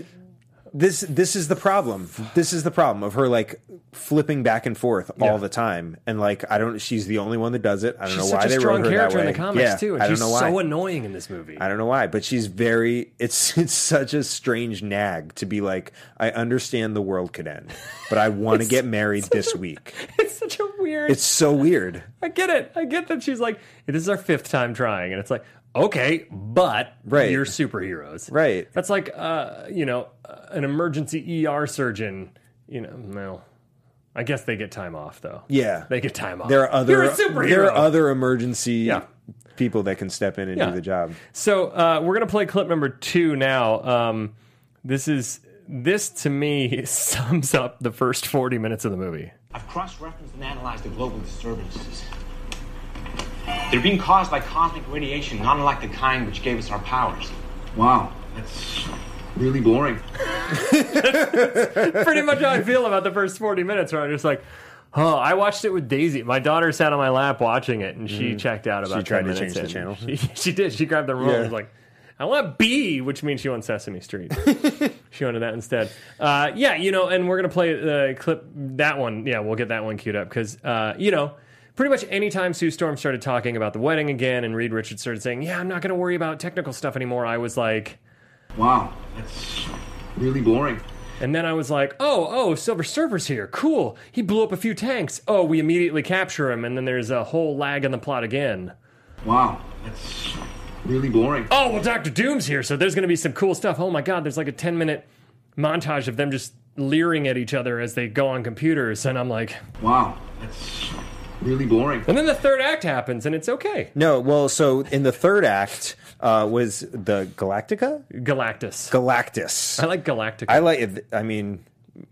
S3: this this is the problem. This is the problem of her like flipping back and forth
S1: Yeah.
S3: all the time, and like I don't. She's the only one that does it. I don't
S1: She's
S3: know
S1: such
S3: why
S1: a
S3: they
S1: strong
S3: wrote her
S1: character
S3: that
S1: in
S3: way.
S1: the comics
S3: yeah,
S1: too, and
S3: I don't
S1: she's
S3: know why.
S1: so annoying in this movie.
S3: I don't know why, but she's very. It's [LAUGHS] it's such a strange nag to be like. I understand the world could end, but I
S1: [LAUGHS]
S3: want to get married this week.
S1: [LAUGHS] It's such a weird.
S3: It's so weird.
S1: I get it. I get that she's like, this is our fifth time trying, and it's like, okay, but
S3: Right.
S1: you're superheroes,
S3: Right.
S1: That's like, uh, you know, uh, an emergency ER surgeon. You know, no, I guess they get time off though.
S3: Yeah.
S1: they get time off.
S3: There are other
S1: You're a superhero.
S3: there are other emergency
S1: Yeah.
S3: people that can step in and
S1: Yeah.
S3: do the job.
S1: So uh, we're gonna play clip number two now. Um, this is this to me [LAUGHS] sums up the first forty minutes of the movie.
S4: I've cross-referenced and analyzed the global disturbances. They're being caused by cosmic radiation, not unlike the kind which gave us our powers. Wow, that's really boring.
S1: pretty much how I feel about the first 40 minutes where I'm just like, oh, I watched it with Daisy. My daughter sat on my lap watching it and she checked out about
S3: Mm. She tried
S1: 10
S3: to
S1: minutes
S3: change the channel.
S1: in. [LAUGHS] She, she did. She grabbed the remote and
S3: Yeah.
S1: was like, I want B, which means she wants
S3: [LAUGHS]
S1: Sesame Street. she wanted that instead. Uh, yeah, you know, and we're going to play the clip, that one. Yeah, we'll get that one queued up because, uh, you know, pretty much any time Sue Storm started talking about the wedding again and Reed Richards started saying, yeah, I'm not going to worry about technical stuff anymore, I was like,
S4: Wow, that's really boring.
S1: And then I was like, oh, oh, Silver Surfer's here. Cool. He blew up a few tanks. Oh, we immediately capture him. And then there's a whole lag in the plot again.
S4: Wow, that's really boring.
S1: Oh, well, Dr. Doom's here. So there's going to be some cool stuff. Oh my God, there's like a 10 minute montage of them just leering at each other as they go on computers. And I'm like,
S4: Wow, that's really boring.
S1: and then the third act happens and it's okay.
S3: No, well, so in the third act uh, was the Galactica,
S1: Galactus.
S3: Galactus.
S1: I like Galactica.
S3: I like. it- I mean,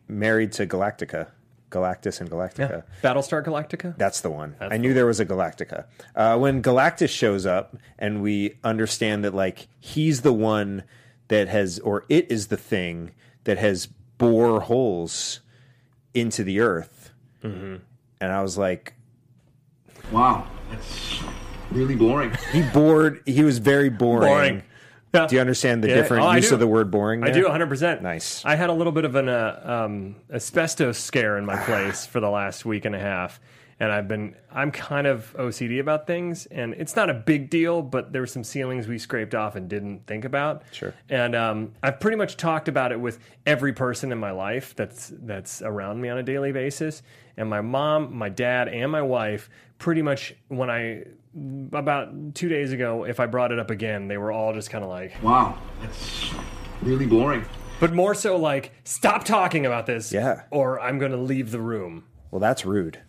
S3: married to Galactica, Galactus and Galactica.
S1: Yeah. Battlestar Galactica.
S3: That's the one. I knew there was a Galactica. Uh, when Galactus shows up, and we understand that like he's the one that has, or it is the thing that has bore holes into the Earth. Mm-hmm. And I was like,
S4: Wow, that's really boring.
S3: he bored. He was very boring.
S1: Yeah.
S3: Do you understand the
S1: [LAUGHS] Yeah.
S3: different
S1: Oh, I
S3: use
S1: do.
S3: of the word boring?
S1: I
S3: there?
S1: do 100%.
S3: Nice.
S1: I had a little bit of an uh, um, asbestos scare in my
S3: Ah.
S1: place for the last week and a half. And I've been, I'm kind of OCD about things. And it's not a big deal, but there were some ceilings we scraped off and didn't think about.
S3: Sure.
S1: And um, I've pretty much talked about it with every person in my life that's, that's around me on a daily basis. And my mom, my dad, and my wife pretty much, when I, about two days ago, if I brought it up again, they were all just kind of like,
S4: Wow, that's really boring.
S1: but more so like stop talking about this
S3: Yeah.
S1: or i'm going to leave the room
S3: Well, that's rude.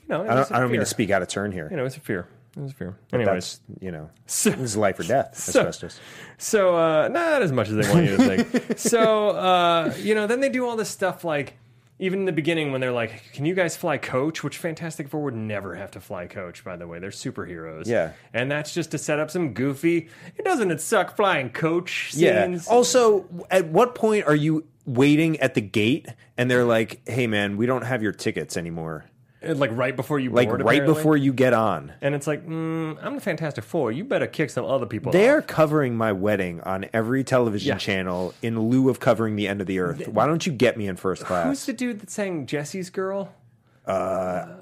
S1: you know it
S3: I
S1: was
S3: don't,
S1: a
S3: I don't mean
S1: fear.
S3: to speak out of turn here.
S1: you know it's a fear it was a fear anyways
S3: That's you know,
S1: So-
S3: this is life or death.
S1: [LAUGHS] so-
S3: asbestos.
S1: so uh not as much as they want you
S3: [LAUGHS]
S1: to think so uh you know then they do all this stuff like even in the beginning when they're like can you guys fly coach which fantastic four would never have to fly coach by the way they're superheroes
S3: Yeah.
S1: and that's just to set up some goofy it doesn't it suck flying coach
S3: Yeah.
S1: scenes?
S3: Also, at what point are you waiting at the gate and they're like, "Hey, man, we don't have your tickets anymore."
S1: like right before you
S3: Like
S1: board,
S3: right
S1: apparently.
S3: before you get on.
S1: and it's like mm, i'm the fantastic four you better kick some other people
S3: They
S1: off.
S3: are covering my wedding on every television
S1: Yeah.
S3: channel in lieu of covering the end of the earth. Why don't you get me in first
S1: Who's
S3: class?
S1: the dude that sang Jesse's Girl?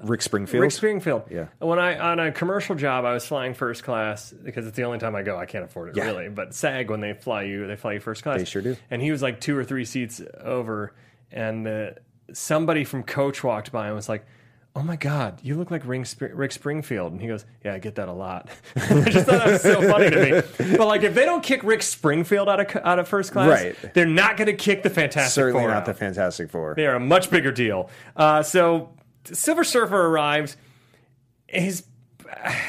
S3: Rick Springfield.
S1: Rick Springfield.
S3: Yeah.
S1: When I on a commercial job, I was flying first class because it's the only time I go. I can't afford it
S3: Yeah.
S1: really. But SAG when they fly you, they fly you first class.
S3: They sure do.
S1: And he was like two or three seats over, and uh, somebody from coach walked by and was like, "Oh my God, you look like Ring Spr- Rick Springfield," and he goes, "Yeah, I get that a lot." [LAUGHS] I just thought that was so funny to me. But like, if they don't kick Rick Springfield out of c- out of first class,
S3: Right.
S1: they're not going to kick the Fantastic
S3: Certainly
S1: Four
S3: not
S1: out.
S3: the Fantastic Four.
S1: They are a much bigger deal. Uh, so Silver Surfer arrives. His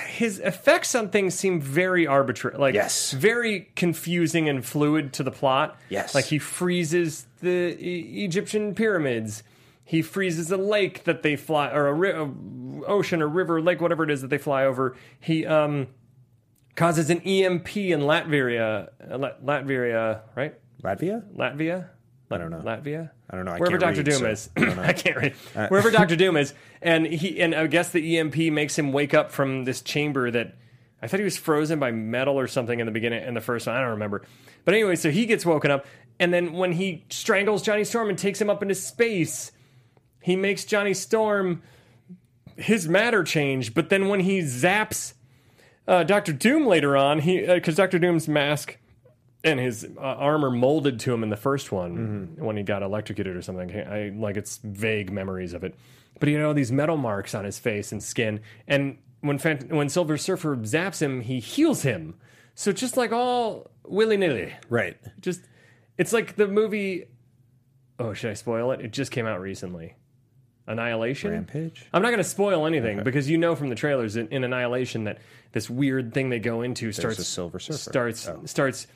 S1: his effects on things seem very arbitrary, like
S3: Yes.
S1: very confusing and fluid to the plot.
S3: Yes.
S1: like he freezes the e- Egyptian pyramids. He freezes a lake that they fly, or a, ri- a ocean or river, lake, whatever it is that they fly over. He um, causes an EMP in Latveria, uh, Lat- Latveria, right?
S3: Latvia?
S1: Latvia.
S3: I don't know.
S1: Latvia.
S3: I don't know. I
S1: Wherever
S3: can't
S1: Doctor
S3: read,
S1: Doom
S3: so
S1: is,
S3: I
S1: [LAUGHS]
S3: don't know. Uh,
S1: I can't read.
S3: [LAUGHS]
S1: Wherever Doctor Doom is, and he and I guess the EMP makes him wake up from this chamber that I thought he was frozen by metal or something in the beginning in the first one. I don't remember. But anyway, so he gets woken up, and then when he strangles Johnny Storm and takes him up into space, he makes Johnny Storm his matter change. But then when he zaps uh, Doctor Doom later on, he because Doctor Doom's mask and his uh, armor molded to him in the first one when he got electrocuted or something. I like it's vague memories of it, but he had all these metal marks on his face and skin. And when Fan- when Silver Surfer zaps him, he heals him. So just like all willy nilly,
S3: Right.
S1: just it's like the movie. Oh, should I spoil it? It just came out recently. Annihilation.
S3: Rampage?
S1: I'm not going to spoil anything because you know from the trailers in, in Annihilation that this weird thing they go into starts
S3: a Silver Surfer. Oh.
S1: starts starts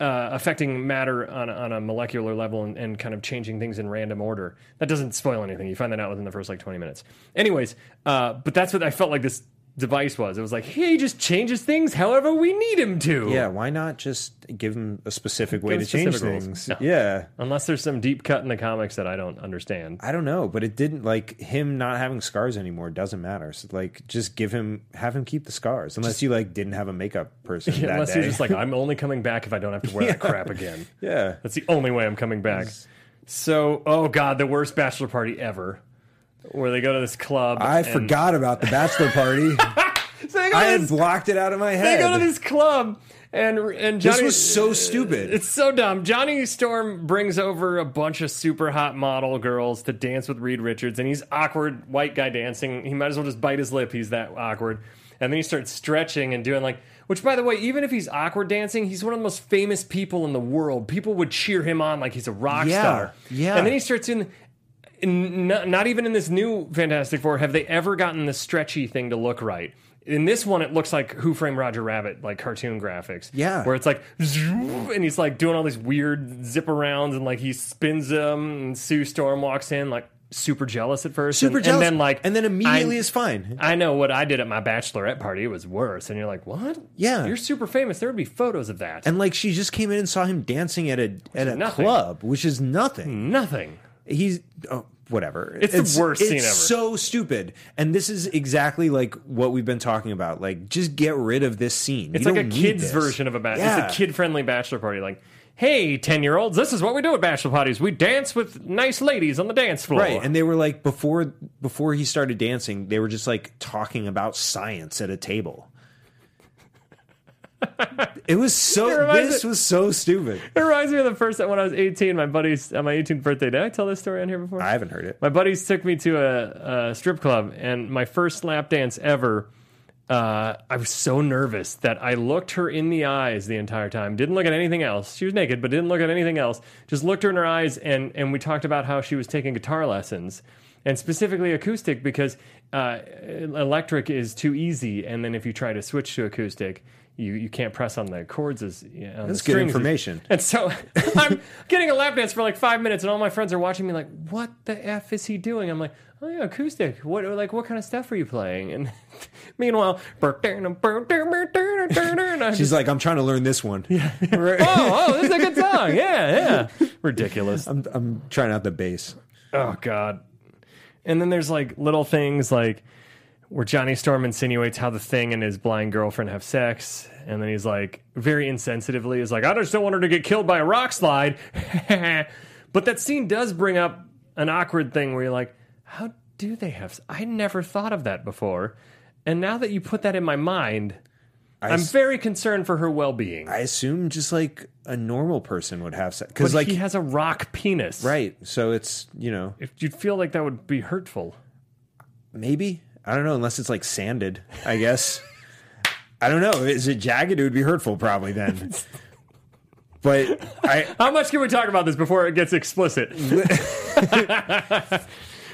S1: uh, affecting matter on a, on a molecular level and, and kind of changing things in random order. That doesn't spoil anything. You find that out within the first like 20 minutes. Anyways, uh, but that's what I felt like this device was. It was like he just changes things however we need him to.
S3: Yeah, why not just give him a specific way
S1: him
S3: to change
S1: specific rules.
S3: things?
S1: No.
S3: Yeah.
S1: Unless there's some deep cut in the comics that I don't understand.
S3: I don't know, but it didn't like him not having scars anymore doesn't matter. So like just give him have him keep the scars unless you like didn't have a makeup person that
S1: Unless
S3: day.
S1: you're just like, I'm only coming back if I don't have to wear that crap again.
S3: [LAUGHS] yeah.
S1: That's the only way I'm coming back. So, oh god, the worst bachelor party ever, where they go to this club.
S3: I
S1: and-
S3: forgot about the bachelor
S1: [LAUGHS]
S3: party.
S1: So they go
S3: I
S1: to
S3: had
S1: this-
S3: blocked it out of my
S1: they
S3: head.
S1: go to this club and and Johnny,
S3: this was so stupid.
S1: it's so dumb. Johnny Storm brings over a bunch of super hot model girls to dance with Reed Richards, and he's awkward white guy dancing. He might as well just bite his lip. He's that awkward. And then he starts stretching and doing like. Which, by the way, even if he's awkward dancing, he's one of the most famous people in the world. People would cheer him on like he's a rock
S3: Yeah,
S1: star.
S3: yeah.
S1: And then he starts in. in not, not even in this new Fantastic Four have they ever gotten the stretchy thing to look right. In this one, it looks like Who Framed Roger Rabbit, like cartoon graphics.
S3: Yeah.
S1: Where it's like, zoom, and he's like doing all these weird zip arounds and like he spins them. And Sue Storm walks in, like super jealous at first.
S3: Super
S1: and,
S3: jealous.
S1: And then, like,
S3: and then immediately
S1: I-
S3: is fine.
S1: I know what I did at my bachelorette party. It was worse. And you're like, what?
S3: Yeah.
S1: You're super famous. There would be photos of that.
S3: And like she just came in and saw him dancing at a at a
S1: nothing.
S3: club, which is nothing.
S1: nothing.
S3: he's oh, whatever.
S1: It's the worst
S3: it's
S1: scene ever.
S3: So stupid. And this is exactly like what we've been talking about. Like, just get rid of this scene.
S1: It's
S3: You
S1: like a
S3: don't need
S1: kid's
S3: this.
S1: version of a bachelor.
S3: Yeah.
S1: It's a kid friendly bachelor party. Like, hey, 10 year olds, this is what we do at bachelor parties. We dance with nice ladies on the dance floor.
S3: Right, and they were like before before he started dancing, they were just like talking about science at a table. It was so.
S1: It reminds
S3: this
S1: it-
S3: was so stupid.
S1: [LAUGHS] It reminds me of the first time when I was 18, my buddies, on my 18th birthday. Did I tell this story on here before?
S3: I haven't heard it.
S1: My buddies took me to a, a strip club, and my first lap dance ever. Uh, I was so nervous that I looked her in the eyes the entire time. Didn't look at anything else. She was naked, but didn't look at anything else. Just looked her in her eyes, and and we talked about how she was taking guitar lessons, and specifically acoustic because uh, electric is too easy, and then if you try to switch to acoustic. You, you can't press on the chords as on
S3: That's
S1: the
S3: good
S1: strings as-
S3: information.
S1: and so [LAUGHS] I'm getting a lap dance for like five minutes, and all my friends are watching me like, "What the f is he doing?" I'm like, "Oh yeah, acoustic. What like what kind of stuff are you playing?" And [LAUGHS] meanwhile, and I'm
S3: She's
S1: just,
S3: like, I'm trying to learn this one. [LAUGHS] Yeah,
S1: "Oh, oh, this is a good song. Yeah,
S3: [LAUGHS]
S1: yeah." Ridiculous.
S3: I'm, I'm trying out the bass.
S1: Oh God. And then there's like little things like where Johnny Storm insinuates how the thing and his blind girlfriend have sex, and then he's like very insensitively is like, I just don't want her to get killed by a rock slide. [LAUGHS] but that scene does bring up an awkward thing where you're like, how do they have? s- I never thought of that before, and now that you put that in my mind, I am
S3: s-
S1: very concerned for her well-being
S3: I assume just like a normal person would have sex
S1: because
S3: because like
S1: he has a rock penis,
S3: right. So it's you know
S1: If you'd feel like that would be hurtful.
S3: Maybe I don't know. Unless it's like sanded, I guess. [LAUGHS] I don't know. Is it jagged? It would be hurtful, probably then. But I,
S1: How much can we talk about this before it
S3: [LAUGHS]
S1: gets explicit?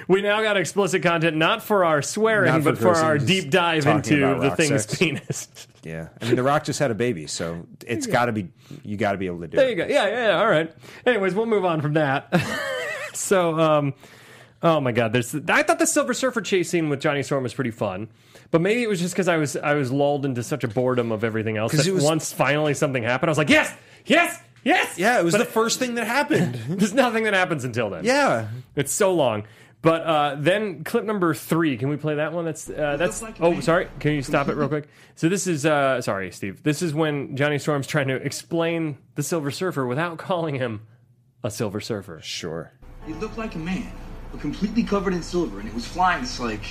S1: we now got explicit content, not for our swearing,
S3: Not for
S1: but for
S3: cursing,
S1: our
S3: just
S1: deep dive
S3: talking
S1: into
S3: about
S1: the
S3: rock
S1: thing's
S3: sex.
S1: penis.
S3: yeah. I mean, The Rock just had a baby, so it's got to be. You got to be able to do
S1: There
S3: it.
S1: you go. Yeah, yeah, yeah. All right. Anyways, we'll move on from that. [LAUGHS] so, um, oh my God, there's. I thought the Silver Surfer chase scene with Johnny Storm was pretty fun, but maybe it was just because I was I was lulled into such a boredom of everything else
S3: 'Cause
S1: that
S3: it was-
S1: once finally something happened, I was like, yes, yes, yes.
S3: Yeah, it was
S1: But
S3: the first thing that happened.
S1: [LAUGHS] There's nothing that happens until then.
S3: yeah.
S1: It's so long. But uh, then clip number three. Can we play that one? That's uh, that's.
S4: like a
S1: Oh,
S4: man.
S1: sorry. Can you stop it real [LAUGHS] quick? So this is uh, sorry, Steve. This is when Johnny Storm's trying to explain the Silver Surfer without calling him a Silver Surfer.
S3: Sure.
S4: It looked like a man, but completely covered in silver, and it was flying just like.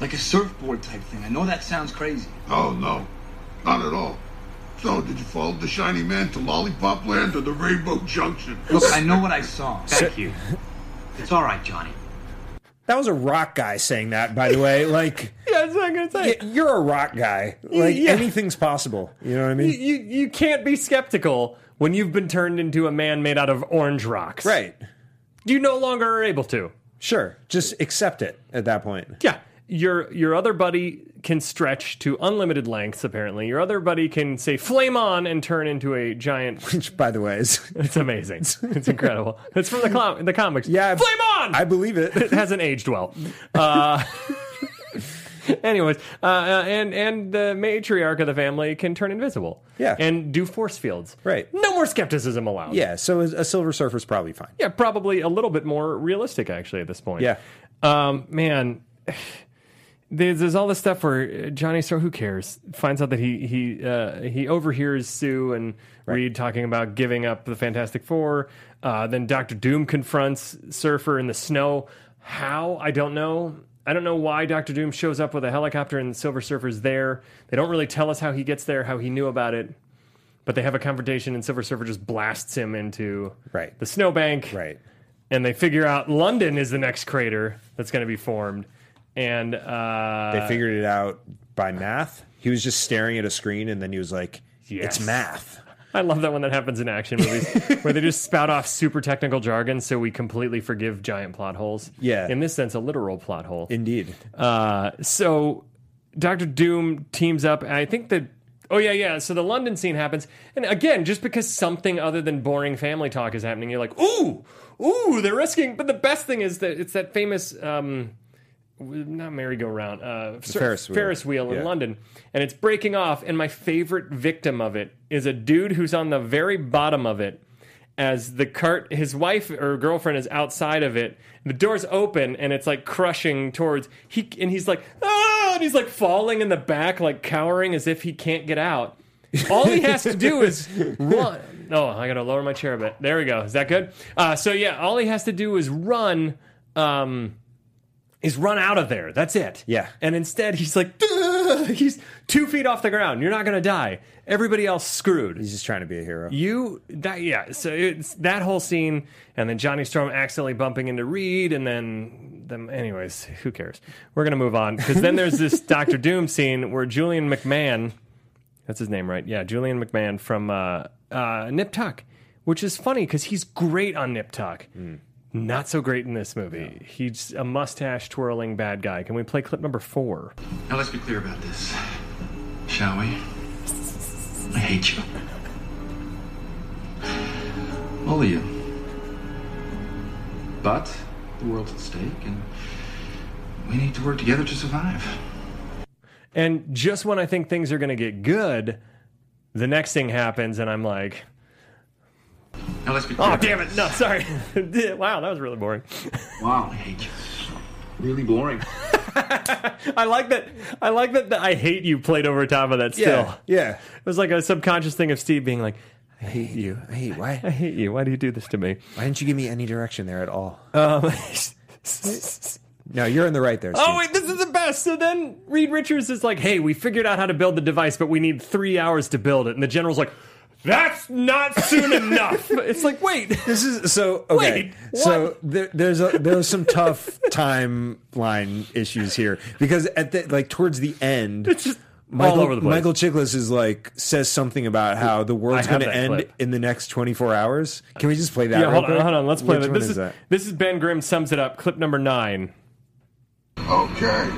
S4: like a surfboard type thing. I know that sounds crazy.
S6: Oh, no. Not at all. So, did you follow the shiny man to Lollipop Land or the Rainbow Junction?
S4: Look, I know what I saw. Thank you. It's all right, Johnny.
S3: That was a rock guy saying that, by the way. Like,
S1: Yeah, that's what I'm gonna
S3: y-
S1: say.
S3: you're a rock guy. Like,
S1: yeah.
S3: anything's possible. You know what I mean?
S1: You you can't be skeptical when you've been turned into a man made out of orange rocks.
S3: Right.
S1: You no longer are able to.
S3: Sure. Just accept it at that point. [LAUGHS]
S1: Yeah. Your your other buddy can stretch to unlimited lengths. Apparently, your other buddy can say "flame on" and turn into a giant
S3: Which, by the way, is. [LAUGHS]
S1: It's amazing. It's incredible. It's from the clom- the comics.
S3: Yeah. I-
S1: flame on.
S3: I believe
S1: [LAUGHS] it
S3: it. [LAUGHS]
S1: hasn't aged well. Uh, [LAUGHS] anyways, uh, uh, and and the matriarch of the family can turn invisible.
S3: Yeah.
S1: and do force fields.
S3: Right.
S1: No more skepticism allowed.
S3: Yeah. So a a Silver Surfer's probably fine.
S1: yeah. Probably a little bit more realistic actually at this point.
S3: Yeah.
S1: Um, man. [SIGHS] There's, there's all this stuff where uh, Johnny Storm, who cares, finds out that he he uh, he overhears Sue and Reed talking about giving up the Fantastic Four. Uh, then Doctor Doom confronts Surfer in the snow. How I don't know. I don't know why Doctor Doom shows up with a helicopter and Silver Surfer's there. They don't really tell us how he gets there, how he knew about it. But they have a confrontation, and Silver Surfer just blasts him into
S3: Right.
S1: the snowbank
S3: Right.
S1: and they figure out London is the next crater that's going to be formed, and
S3: They
S1: uh,
S3: figured it out by math. He was just staring at a screen and then he was like,
S1: Yes.
S3: it's math.
S1: I love that when that happens in action
S3: [LAUGHS]
S1: movies where they just spout off super technical jargon, so we completely forgive giant plot holes.
S3: Yeah.
S1: in this sense, a literal plot hole.
S3: Indeed.
S1: Uh, so Doctor Doom teams up, and I think that. Oh yeah, yeah. So the London scene happens, and again, just because something other than boring family talk is happening, you're like, ooh, ooh, they're risking. But the best thing is that it's that famous, um, w- not merry-go-round, uh, sir-
S3: Ferris wheel.
S1: Ferris wheel in
S3: Yeah.
S1: London, and it's breaking off. And my favorite victim of it is a dude who's on the very bottom of it. As the cart, his wife or girlfriend is outside of it. The door's open and it's like crushing towards he, and he's like ah, and he's like falling in the back, like cowering as if he can't get out. All he has to [LAUGHS] do is run. Oh, I gotta lower my chair a bit. There we go. Is that good? Uh, so yeah, all he has to do is run. Um, is run out of there. That's it.
S3: Yeah.
S1: And instead, he's like, "Ugh." he's two feet off the ground. You're not gonna die. Everybody else screwed.
S3: He's just trying to be a hero.
S1: You that yeah. So it's that whole scene, and then Johnny Storm accidentally bumping into Reed, and then them. Anyways, who cares? We're gonna move on because then there's this Doctor Doom scene where Julian McMahon. That's his name, right? Yeah, Julian McMahon from uh, uh, Nip Tuck, which is funny because he's great on Nip Tuck. Not so great in this movie. He's a mustache twirling bad guy. Can we play clip number four?
S4: Now let's be clear about this, shall we? I hate you. All of you. But the world's at stake, and we need to work together to survive.
S1: And just when I think things are going to get good, the next thing happens, and I'm like,
S4: Now let's be clear.
S1: oh,
S4: about
S1: damn it. No,
S4: this.
S1: sorry. [LAUGHS] wow, that was really boring.
S4: Wow, I hate you. Really boring.
S1: I like that. I like that the I hate you played over top of that still.
S3: Yeah. Yeah.
S1: It was like a subconscious thing of Steve being like, I hate you.
S3: I hate
S1: I
S3: why?
S1: hate you. Why do you do this to me?
S3: Why didn't you give me any direction there at all?
S1: Um,
S3: No, you're in the right there. Steve.
S1: [LAUGHS] oh wait, this is the best. So then Reed Richards is like, "Hey, we figured out how to build the device, but we need three hours to build it." And the general's like, That's not [LAUGHS] soon enough. It's like, wait,
S3: this is so okay.
S1: Wait, what?
S3: So there, there's a, there was some
S1: [LAUGHS]
S3: tough timeline issues here because at the like towards the end,
S1: It's just
S3: Michael,
S1: all over the place.
S3: Michael Chiklis is like says something about how the world's
S1: I have
S3: going to
S1: that
S3: end
S1: clip.
S3: in the next 24 hours. Can we just play that?
S1: yeah,
S3: real
S1: hold on,
S3: quick?
S1: hold on. Let's play
S3: Which
S1: that.
S3: one
S1: This is
S3: that?
S1: this is Ben Grimm sums it up. Clip number nine.
S6: Okay,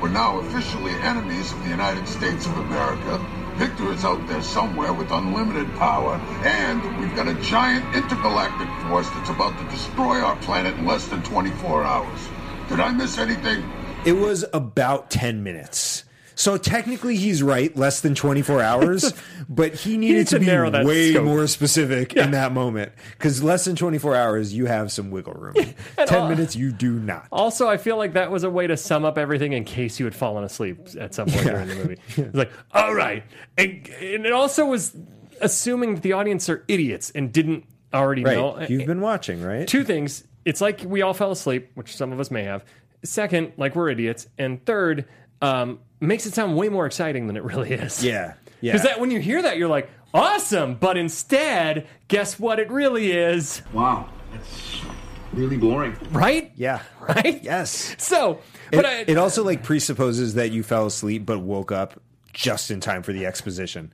S6: we're now officially enemies of the United States of America. Victor is out there somewhere with unlimited power, and we've got a giant intergalactic force that's about to destroy our planet in less than 24 hours. Did I miss anything?
S3: It was about 10 minutes. So technically, he's right, less than 24 hours,
S1: [LAUGHS]
S3: but he needed
S1: needs
S3: to,
S1: to
S3: be
S1: narrow that
S3: way
S1: scope.
S3: more specific in that moment. Because less than 24 hours, you have some wiggle
S1: [LAUGHS]
S3: room. 10
S1: all- Oh,
S3: minutes, you do not.
S1: Also, I feel like that was a way to sum up everything in case you had fallen asleep at some point during
S3: [LAUGHS]
S1: the movie. It's like, all right, and, and it also was assuming that the audience are idiots and didn't already
S3: Right.
S1: know. Eh,
S3: You've been watching, right?
S1: two things. It's like we all fell asleep, which some of us may have. Second, like we're idiots, and third, um, makes it sound way more exciting than it really is.
S3: Yeah. Yeah.
S1: Because that when you hear that, you're like, awesome. But instead, guess what? It really is
S4: Wow, that's really boring.
S1: right.
S3: yeah.
S1: [LAUGHS] Right.
S3: Yes.
S1: So,
S3: It,
S1: [LAUGHS] but I,
S3: it also like presupposes that you fell asleep but woke up just in time for the exposition.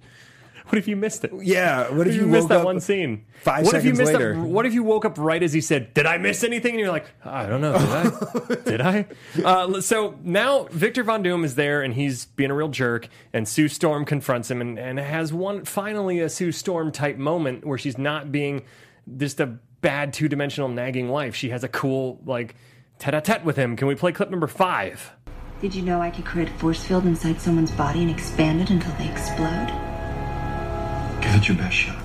S1: what if you missed it?
S3: Yeah. What if
S1: What
S3: you,
S1: missed
S3: woke
S1: that
S3: up-
S1: one scene?
S3: five
S1: what if you
S3: seconds
S1: missed
S3: later?
S1: Up, what if you woke up right as he said, "Did I miss anything?" And you're like, "I don't know. Did
S3: [LAUGHS]
S1: I? did I?" Uh, so now Victor Von Doom is there, and he's being a real jerk. And Sue Storm confronts him, and, and has one finally a Sue Storm type moment where she's not being just a bad two dimensional nagging wife. She has a cool like tete a tete with him. Can we play clip number five?
S5: Did you know I could create a force field inside someone's body and expand it until they explode?
S4: Give it your best shot.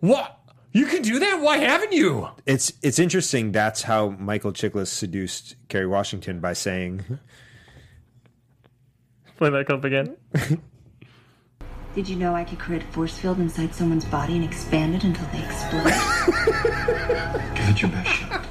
S1: What you can do that? Why haven't you?
S3: It's it's interesting. That's how Michael Chiklis seduced Kerry Washington by saying,
S1: Play that clip again.
S5: Did you know I could create a force field inside someone's body and expand it until they explode?
S4: Give it your best shot.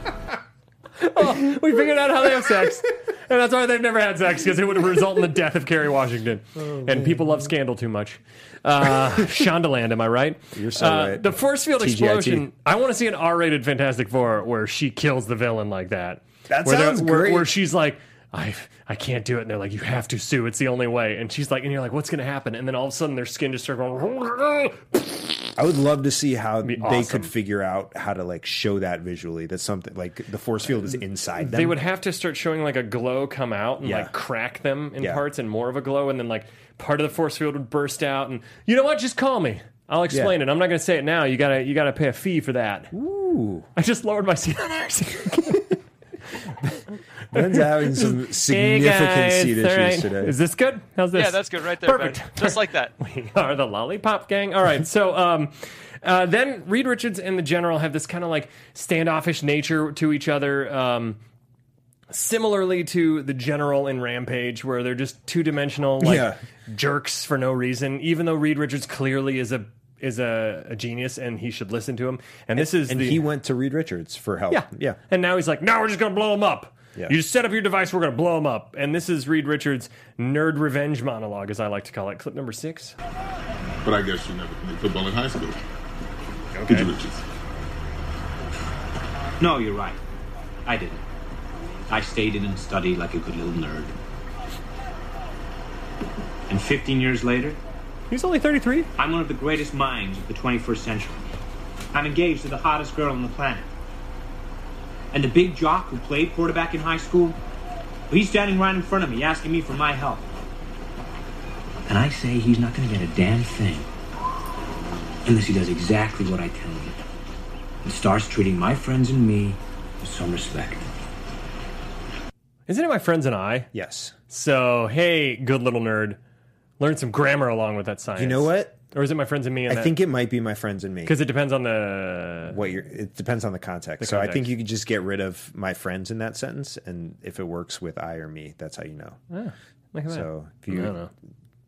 S1: We figured out how they have sex. And that's why they've never had sex, because it would result in the death of Kerry Washington.
S3: Oh,
S1: and people love scandal too much. Uh, [LAUGHS] Shondaland, am I right? You're
S3: so right.
S1: The force field
S3: TGIT.
S1: explosion. I want to see an R rated Fantastic Four where she kills the villain like that.
S3: That
S1: where they're-
S3: sounds
S1: where,
S3: great.
S1: Where she's like, I, I can't do it. And they're like, you have to sue. It's the only way. And she's like, and you're like, what's going to happen? And then all of a sudden their skin just starts going.
S3: "I would love to see how
S1: be
S3: they
S1: awesome.
S3: could figure out how to like show that visually. That something like the force field is inside them.
S1: They would have to start showing like a glow come out and
S3: Yeah.
S1: like crack them in
S3: Yeah.
S1: parts and more of a glow, and then like part of the force field would burst out. And you know what? Just call me. I'll explain
S3: Yeah.
S1: it. I'm not going to say it now. You gotta you gotta pay a fee for that. Ooh. I just lowered my [LAUGHS] seat on accident.
S3: Ben's having some
S1: [LAUGHS] Hey,
S3: significant
S1: guys,
S3: seat
S1: all
S3: issues
S1: right.
S3: today.
S1: Is this good? How's this?
S7: Yeah, that's good right there. Ben.
S1: Perfect.
S7: Just like that.
S1: [LAUGHS] we are the lollipop gang. All right, so um, uh, then Reed Richards and the general have this kind of like standoffish nature to each other. Um, similarly to the general in Rampage, where they're just two dimensional like
S3: Yeah.
S1: jerks for no reason. Even though Reed Richards clearly is a is a, a genius and he should listen to him. And this is
S3: and
S1: the
S3: he went to Reed Richards for help.
S1: yeah.
S3: yeah.
S1: And now he's like, now we're just going to blow him up.
S3: Yeah.
S1: You just set up your device, we're going to blow him up. And this is Reed Richards' nerd revenge monologue, as I like to call it. Clip number six.
S6: But I guess you never played football in high school. Did you, Richards?
S4: No, you're right. I didn't. I stayed in and studied like a good little nerd. And 15 years later,
S1: He's only 33.
S4: I'm one of the greatest minds of the 21st century. I'm engaged to the hottest girl on the planet. And the big jock who played quarterback in high school, he's standing right in front of me asking me for my help. And I say he's not going to get a damn thing unless he does exactly what I tell him and starts treating my friends and me with some respect.
S1: Isn't it my friends and I?
S3: Yes.
S1: So, hey, good little nerd, learn some grammar along with that science.
S3: You know what?
S1: Or is it my friends and me? And
S3: I think it might be my friends and me.
S1: because it depends on the.
S3: What you're, it depends on the context. so I think
S1: context.
S3: you could just get rid of my friends in that sentence, and if it works with I or me, that's how you know.
S1: Look at that.
S3: So if
S1: I
S3: you
S1: don't know.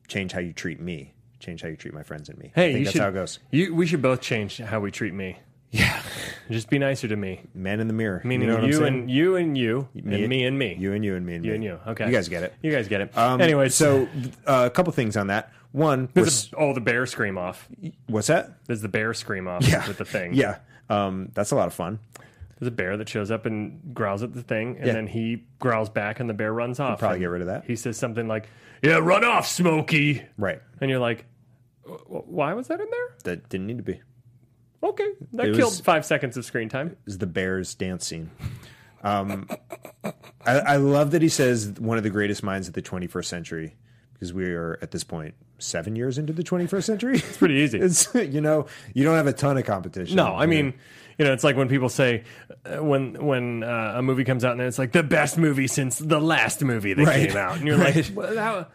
S3: change how you treat me, change how you treat my friends and me.
S1: Hey,
S3: I think
S1: you
S3: that's
S1: should,
S3: how it goes.
S1: You, we should both change how we treat me.
S3: Yeah.
S1: [LAUGHS] Just be nicer to me.
S3: Man in the mirror.
S1: Meaning
S3: know what I'm
S1: you
S3: saying?
S1: and you and you and me and me.
S3: You and you and me and
S1: You
S3: me.
S1: and you. Okay.
S3: You guys get it.
S1: You guys get it.
S3: Um,
S1: anyway,
S3: so uh, a couple things on that. One, we're
S1: there's a, oh the bear scream off.
S3: What's that?
S1: [LAUGHS] There's the bear scream off
S3: Yeah.
S1: with the thing.
S3: Yeah. Um, that's a lot of fun.
S1: There's a bear that shows up and growls at the thing, and
S3: Yeah.
S1: then he growls back, and the bear runs off.
S3: probably
S1: And
S3: get rid of that.
S1: He says something like, "Yeah, run off, Smokey,"
S3: Right.
S1: and you're like, "Wh- wh- "Why was that in there?"
S3: That didn't need to be. It
S1: Okay, that
S3: It was-
S1: killed five seconds of screen time.
S3: was the bears dance scene. Um, I, I love that he says one of the greatest minds of the 21st century because we are at this point seven years into the 21st century.
S1: [LAUGHS] It's pretty easy.
S3: it's you know you don't have a ton of competition.
S1: No, I mean, you know, it's like when people say uh, when when uh, a movie comes out and it's like the best movie since the last movie that
S3: Right.
S1: came [LAUGHS] out, and you're
S3: Right.
S1: like, well, that-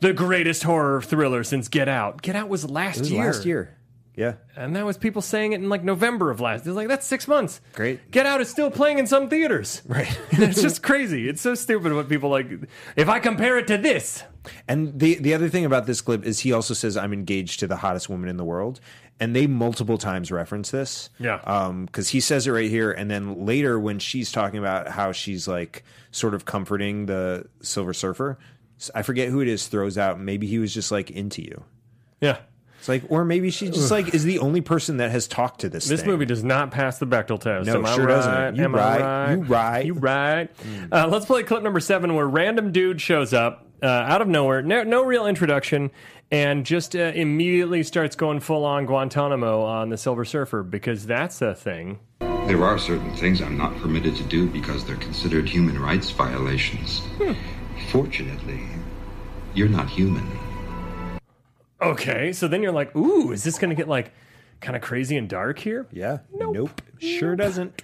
S1: the greatest horror thriller since Get Out. Get Out was last
S3: It was
S1: year.
S3: last year. Yeah,
S1: and that was people saying it in like November of last. It's like that's six months.
S3: Great.
S1: Get Out is still playing in some theaters.
S3: [LAUGHS] Right.
S1: [LAUGHS] it's just crazy. It's so stupid what people like. If I compare it to this,
S3: And the the other thing about this clip is he also says I'm engaged to the hottest woman in the world, and they multiple times reference this.
S1: Yeah.
S3: because he says it right here, and then later when she's talking about how she's like sort of comforting the Silver Surfer, s- I forget who it is throws out. Maybe he was just like into you.
S1: yeah,
S3: It's like, or maybe she just like is the only person that has talked to this.
S1: This
S3: thing.
S1: movie does not pass the Bechtel test.
S3: No,
S1: Am
S3: it
S1: I
S3: sure
S1: right?
S3: doesn't. You
S1: Am
S3: right.
S1: I right?
S3: You right.
S1: You right. Uh, let's play clip number seven, where random dude shows up uh, out of nowhere, no, no real introduction, and just uh, immediately starts going full on Guantanamo on the Silver Surfer because that's a thing.
S7: There are certain things I'm not permitted to do because they're considered human rights violations.
S6: Hmm.
S7: Fortunately, you're not human.
S1: Okay, so then you're like, ooh, is this going to get like kind of crazy and dark here?
S3: Yeah. Nope. Sure doesn't.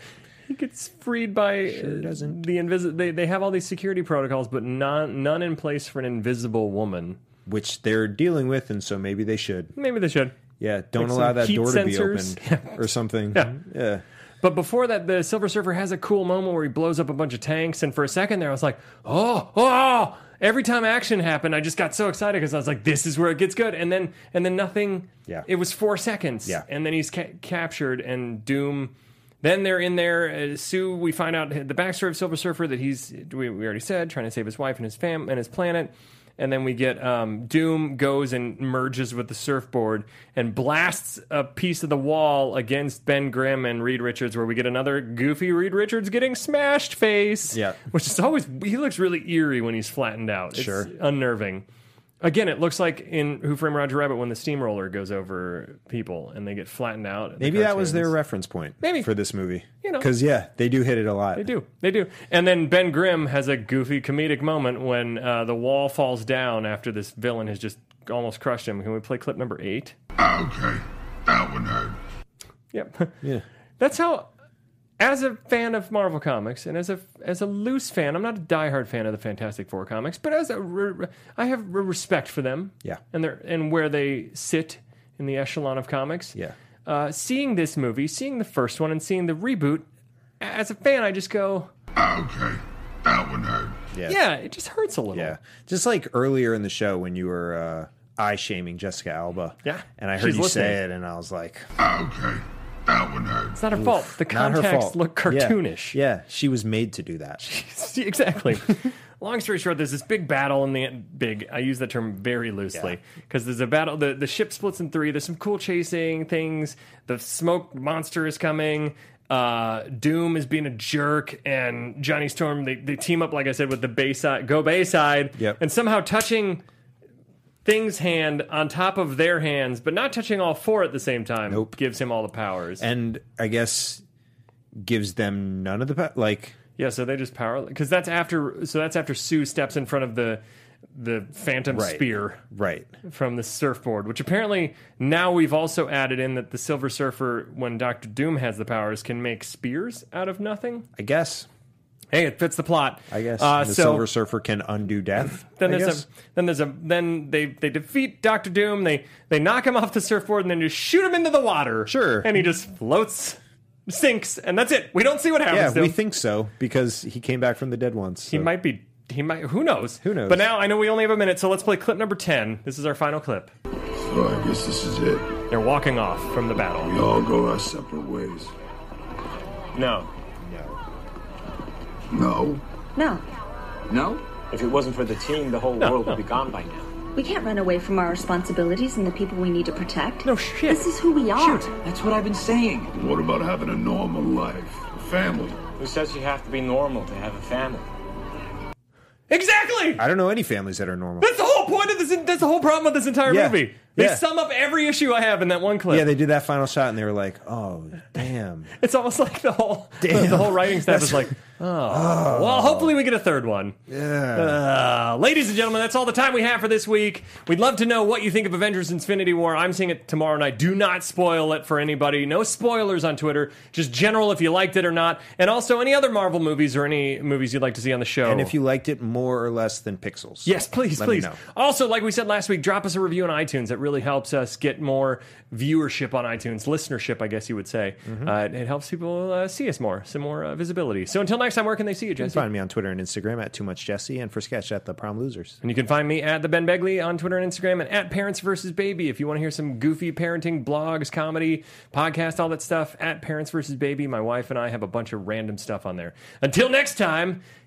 S1: He gets freed by uh,
S3: doesn't.
S1: the invisible. They, they have all these security protocols, but none none in place for an invisible woman.
S3: Which they're dealing with, and so maybe they should.
S1: Maybe they should.
S3: Yeah. Don't
S1: Like
S3: allow
S1: some
S3: that
S1: heat
S3: door
S1: sensors.
S3: to be opened or something.
S1: [LAUGHS] Yeah.
S3: yeah.
S1: But before that, the Silver Surfer has a cool moment where he blows up a bunch of tanks, and for a second there, I was like, oh, oh! Every time action happened, I just got so excited because I was like, this is where it gets good, and then and then nothing.
S3: Yeah.
S1: It was four seconds.
S3: Yeah.
S1: And then he's ca- captured, and Doom. Then they're in there. Uh, Sue, we find out the backstory of Silver Surfer that he's we, we already said trying to save his wife and his fam and his planet. And then we get um, Doom goes and merges with the surfboard and blasts a piece of the wall against Ben Grimm and Reed Richards, where we get another goofy Reed Richards getting smashed face.
S3: Yeah.
S1: which is always he looks really eerie when he's flattened out. It's
S3: Sure.
S1: unnerving. Again, it looks like in Who Framed Roger Rabbit when the steamroller goes over people and they get flattened out. in the
S3: Maybe that was their
S1: cartoons.
S3: reference point.
S1: Maybe.
S3: for this movie,
S1: You know.
S3: because yeah, they do hit it a lot.
S1: They do. They do. And then Ben Grimm has a goofy comedic moment when uh, the wall falls down after this villain has just almost crushed him. Can we play clip number eight?
S6: Ah, Okay, that one hurt.
S1: Yep.
S3: Yeah,
S1: [LAUGHS] That's how. As a fan of Marvel comics and as a as a loose fan, I'm not a diehard fan of the Fantastic Four comics, but as a re- re- I have re- respect for them.
S3: Yeah.
S1: And their and where they sit in the echelon of comics.
S3: yeah.
S1: Uh, seeing this movie, seeing the first one, and seeing the reboot, as a fan, I just go,
S6: Ah, Okay, that one hurt.
S3: Yeah.
S1: yeah, it just hurts a little.
S3: Yeah. Just like earlier in the show when you were uh, eye shaming Jessica Alba.
S1: Yeah.
S3: And I heard
S1: She's
S3: you
S1: listening.
S3: say it and I was like,
S6: Okay, that one hurt.
S1: It's not her fault. The
S3: not her
S1: contacts
S3: fault.
S1: look
S3: Yeah.
S1: cartoonish.
S3: Yeah. She was made to do that.
S1: [LAUGHS]
S3: [LAUGHS]
S1: See, exactly. Long story short, there's this big battle in the big. I use that term very loosely because there's a battle. The, the ship splits in three. There's some cool chasing things. The smoke monster is coming. Uh, Doom is being a jerk, and Johnny Storm. They, they team up, like I said, with the Bayside. Go Bayside.
S3: Yep.
S1: And somehow touching thing's hand on top of their hands, but not touching all four at the same time.
S3: Nope.
S1: Gives him all the powers.
S3: And I guess gives them none of the, pa- like,
S1: Yeah, so they just power because that's after. So that's after Sue steps in front of the the phantom
S3: Right.
S1: spear
S3: right.
S1: from the surfboard, which apparently now we've also added in that the Silver Surfer, when Doctor Doom has the powers, can make spears out of nothing.
S3: I guess.
S1: Hey, it fits the plot.
S3: I guess.
S1: Uh,
S3: the
S1: so
S3: Silver Surfer can undo death.
S1: [LAUGHS] then
S3: I
S1: there's
S3: guess.
S1: a then there's a then they they defeat Doctor Doom. They they knock him off the surfboard and then just shoot him into the water.
S3: Sure.
S1: and he just floats, sinks, and that's it. We don't see what happens.
S3: Yeah,
S1: to
S3: we
S1: him.
S3: think so because he came back from the dead once.
S1: He might be. He might. Who knows?
S3: Who knows?
S1: But now I know we only have a minute, so let's play clip number ten. This is our final clip.
S6: So I guess this is it.
S1: They're walking off from the battle.
S6: We all go our separate ways.
S8: No.
S6: No.
S5: [LAUGHS] No,
S8: No? If it wasn't for the team, the whole world would be gone by now.
S5: we can't run away from our responsibilities and the people we need to protect. No
S1: shit.
S5: This is who we are.
S8: That's what I've been saying.
S6: What about having a normal life? A family?
S8: Who says you have to be normal to have a family?
S1: Exactly.
S3: I don't know any families that are normal.
S1: That's the whole point of this. That's the whole problem of this entire
S3: Yeah.
S1: movie. They
S3: Yeah.
S1: sum up every issue I have in that one clip.
S3: Yeah, they did that final shot and they were like, "Oh,
S1: [LAUGHS]
S3: damn."
S1: It's almost like the whole [LAUGHS]
S3: Damn.
S1: the whole writing staff
S3: That's-
S1: is like,
S3: [LAUGHS]
S1: oh, well, hopefully we get a third one. Yeah. Uh, ladies and gentlemen, that's all the time we have for this week. We'd love to know what you think of Avengers Infinity War. I'm seeing it tomorrow night. Do not spoil it for anybody. No spoilers on Twitter. Just general if you liked it or not. And also any other Marvel movies or any movies you'd like to see on the show.
S3: And if you liked it more or less than Pixels.
S1: Yes, please,
S3: let me
S1: please.
S3: know.
S1: Also, like we said last week, drop us a review on iTunes. That really helps us get more viewership on iTunes, listenership, I guess you would say.
S3: Mm-hmm.
S1: Uh, it helps people uh, see us more, some more uh, visibility. So until next time, where can they see you,
S3: You can
S1: Jesse?
S3: find me on Twitter and Instagram at Too Much Jesse and for sketch at The Prom Losers.
S1: And you can find me at the Ben Begley on Twitter and Instagram, and at Parents versus Baby if you want to hear some goofy parenting blogs, comedy, podcast, all that stuff. At Parents versus Baby, my wife and I have a bunch of random stuff on there. Until next time,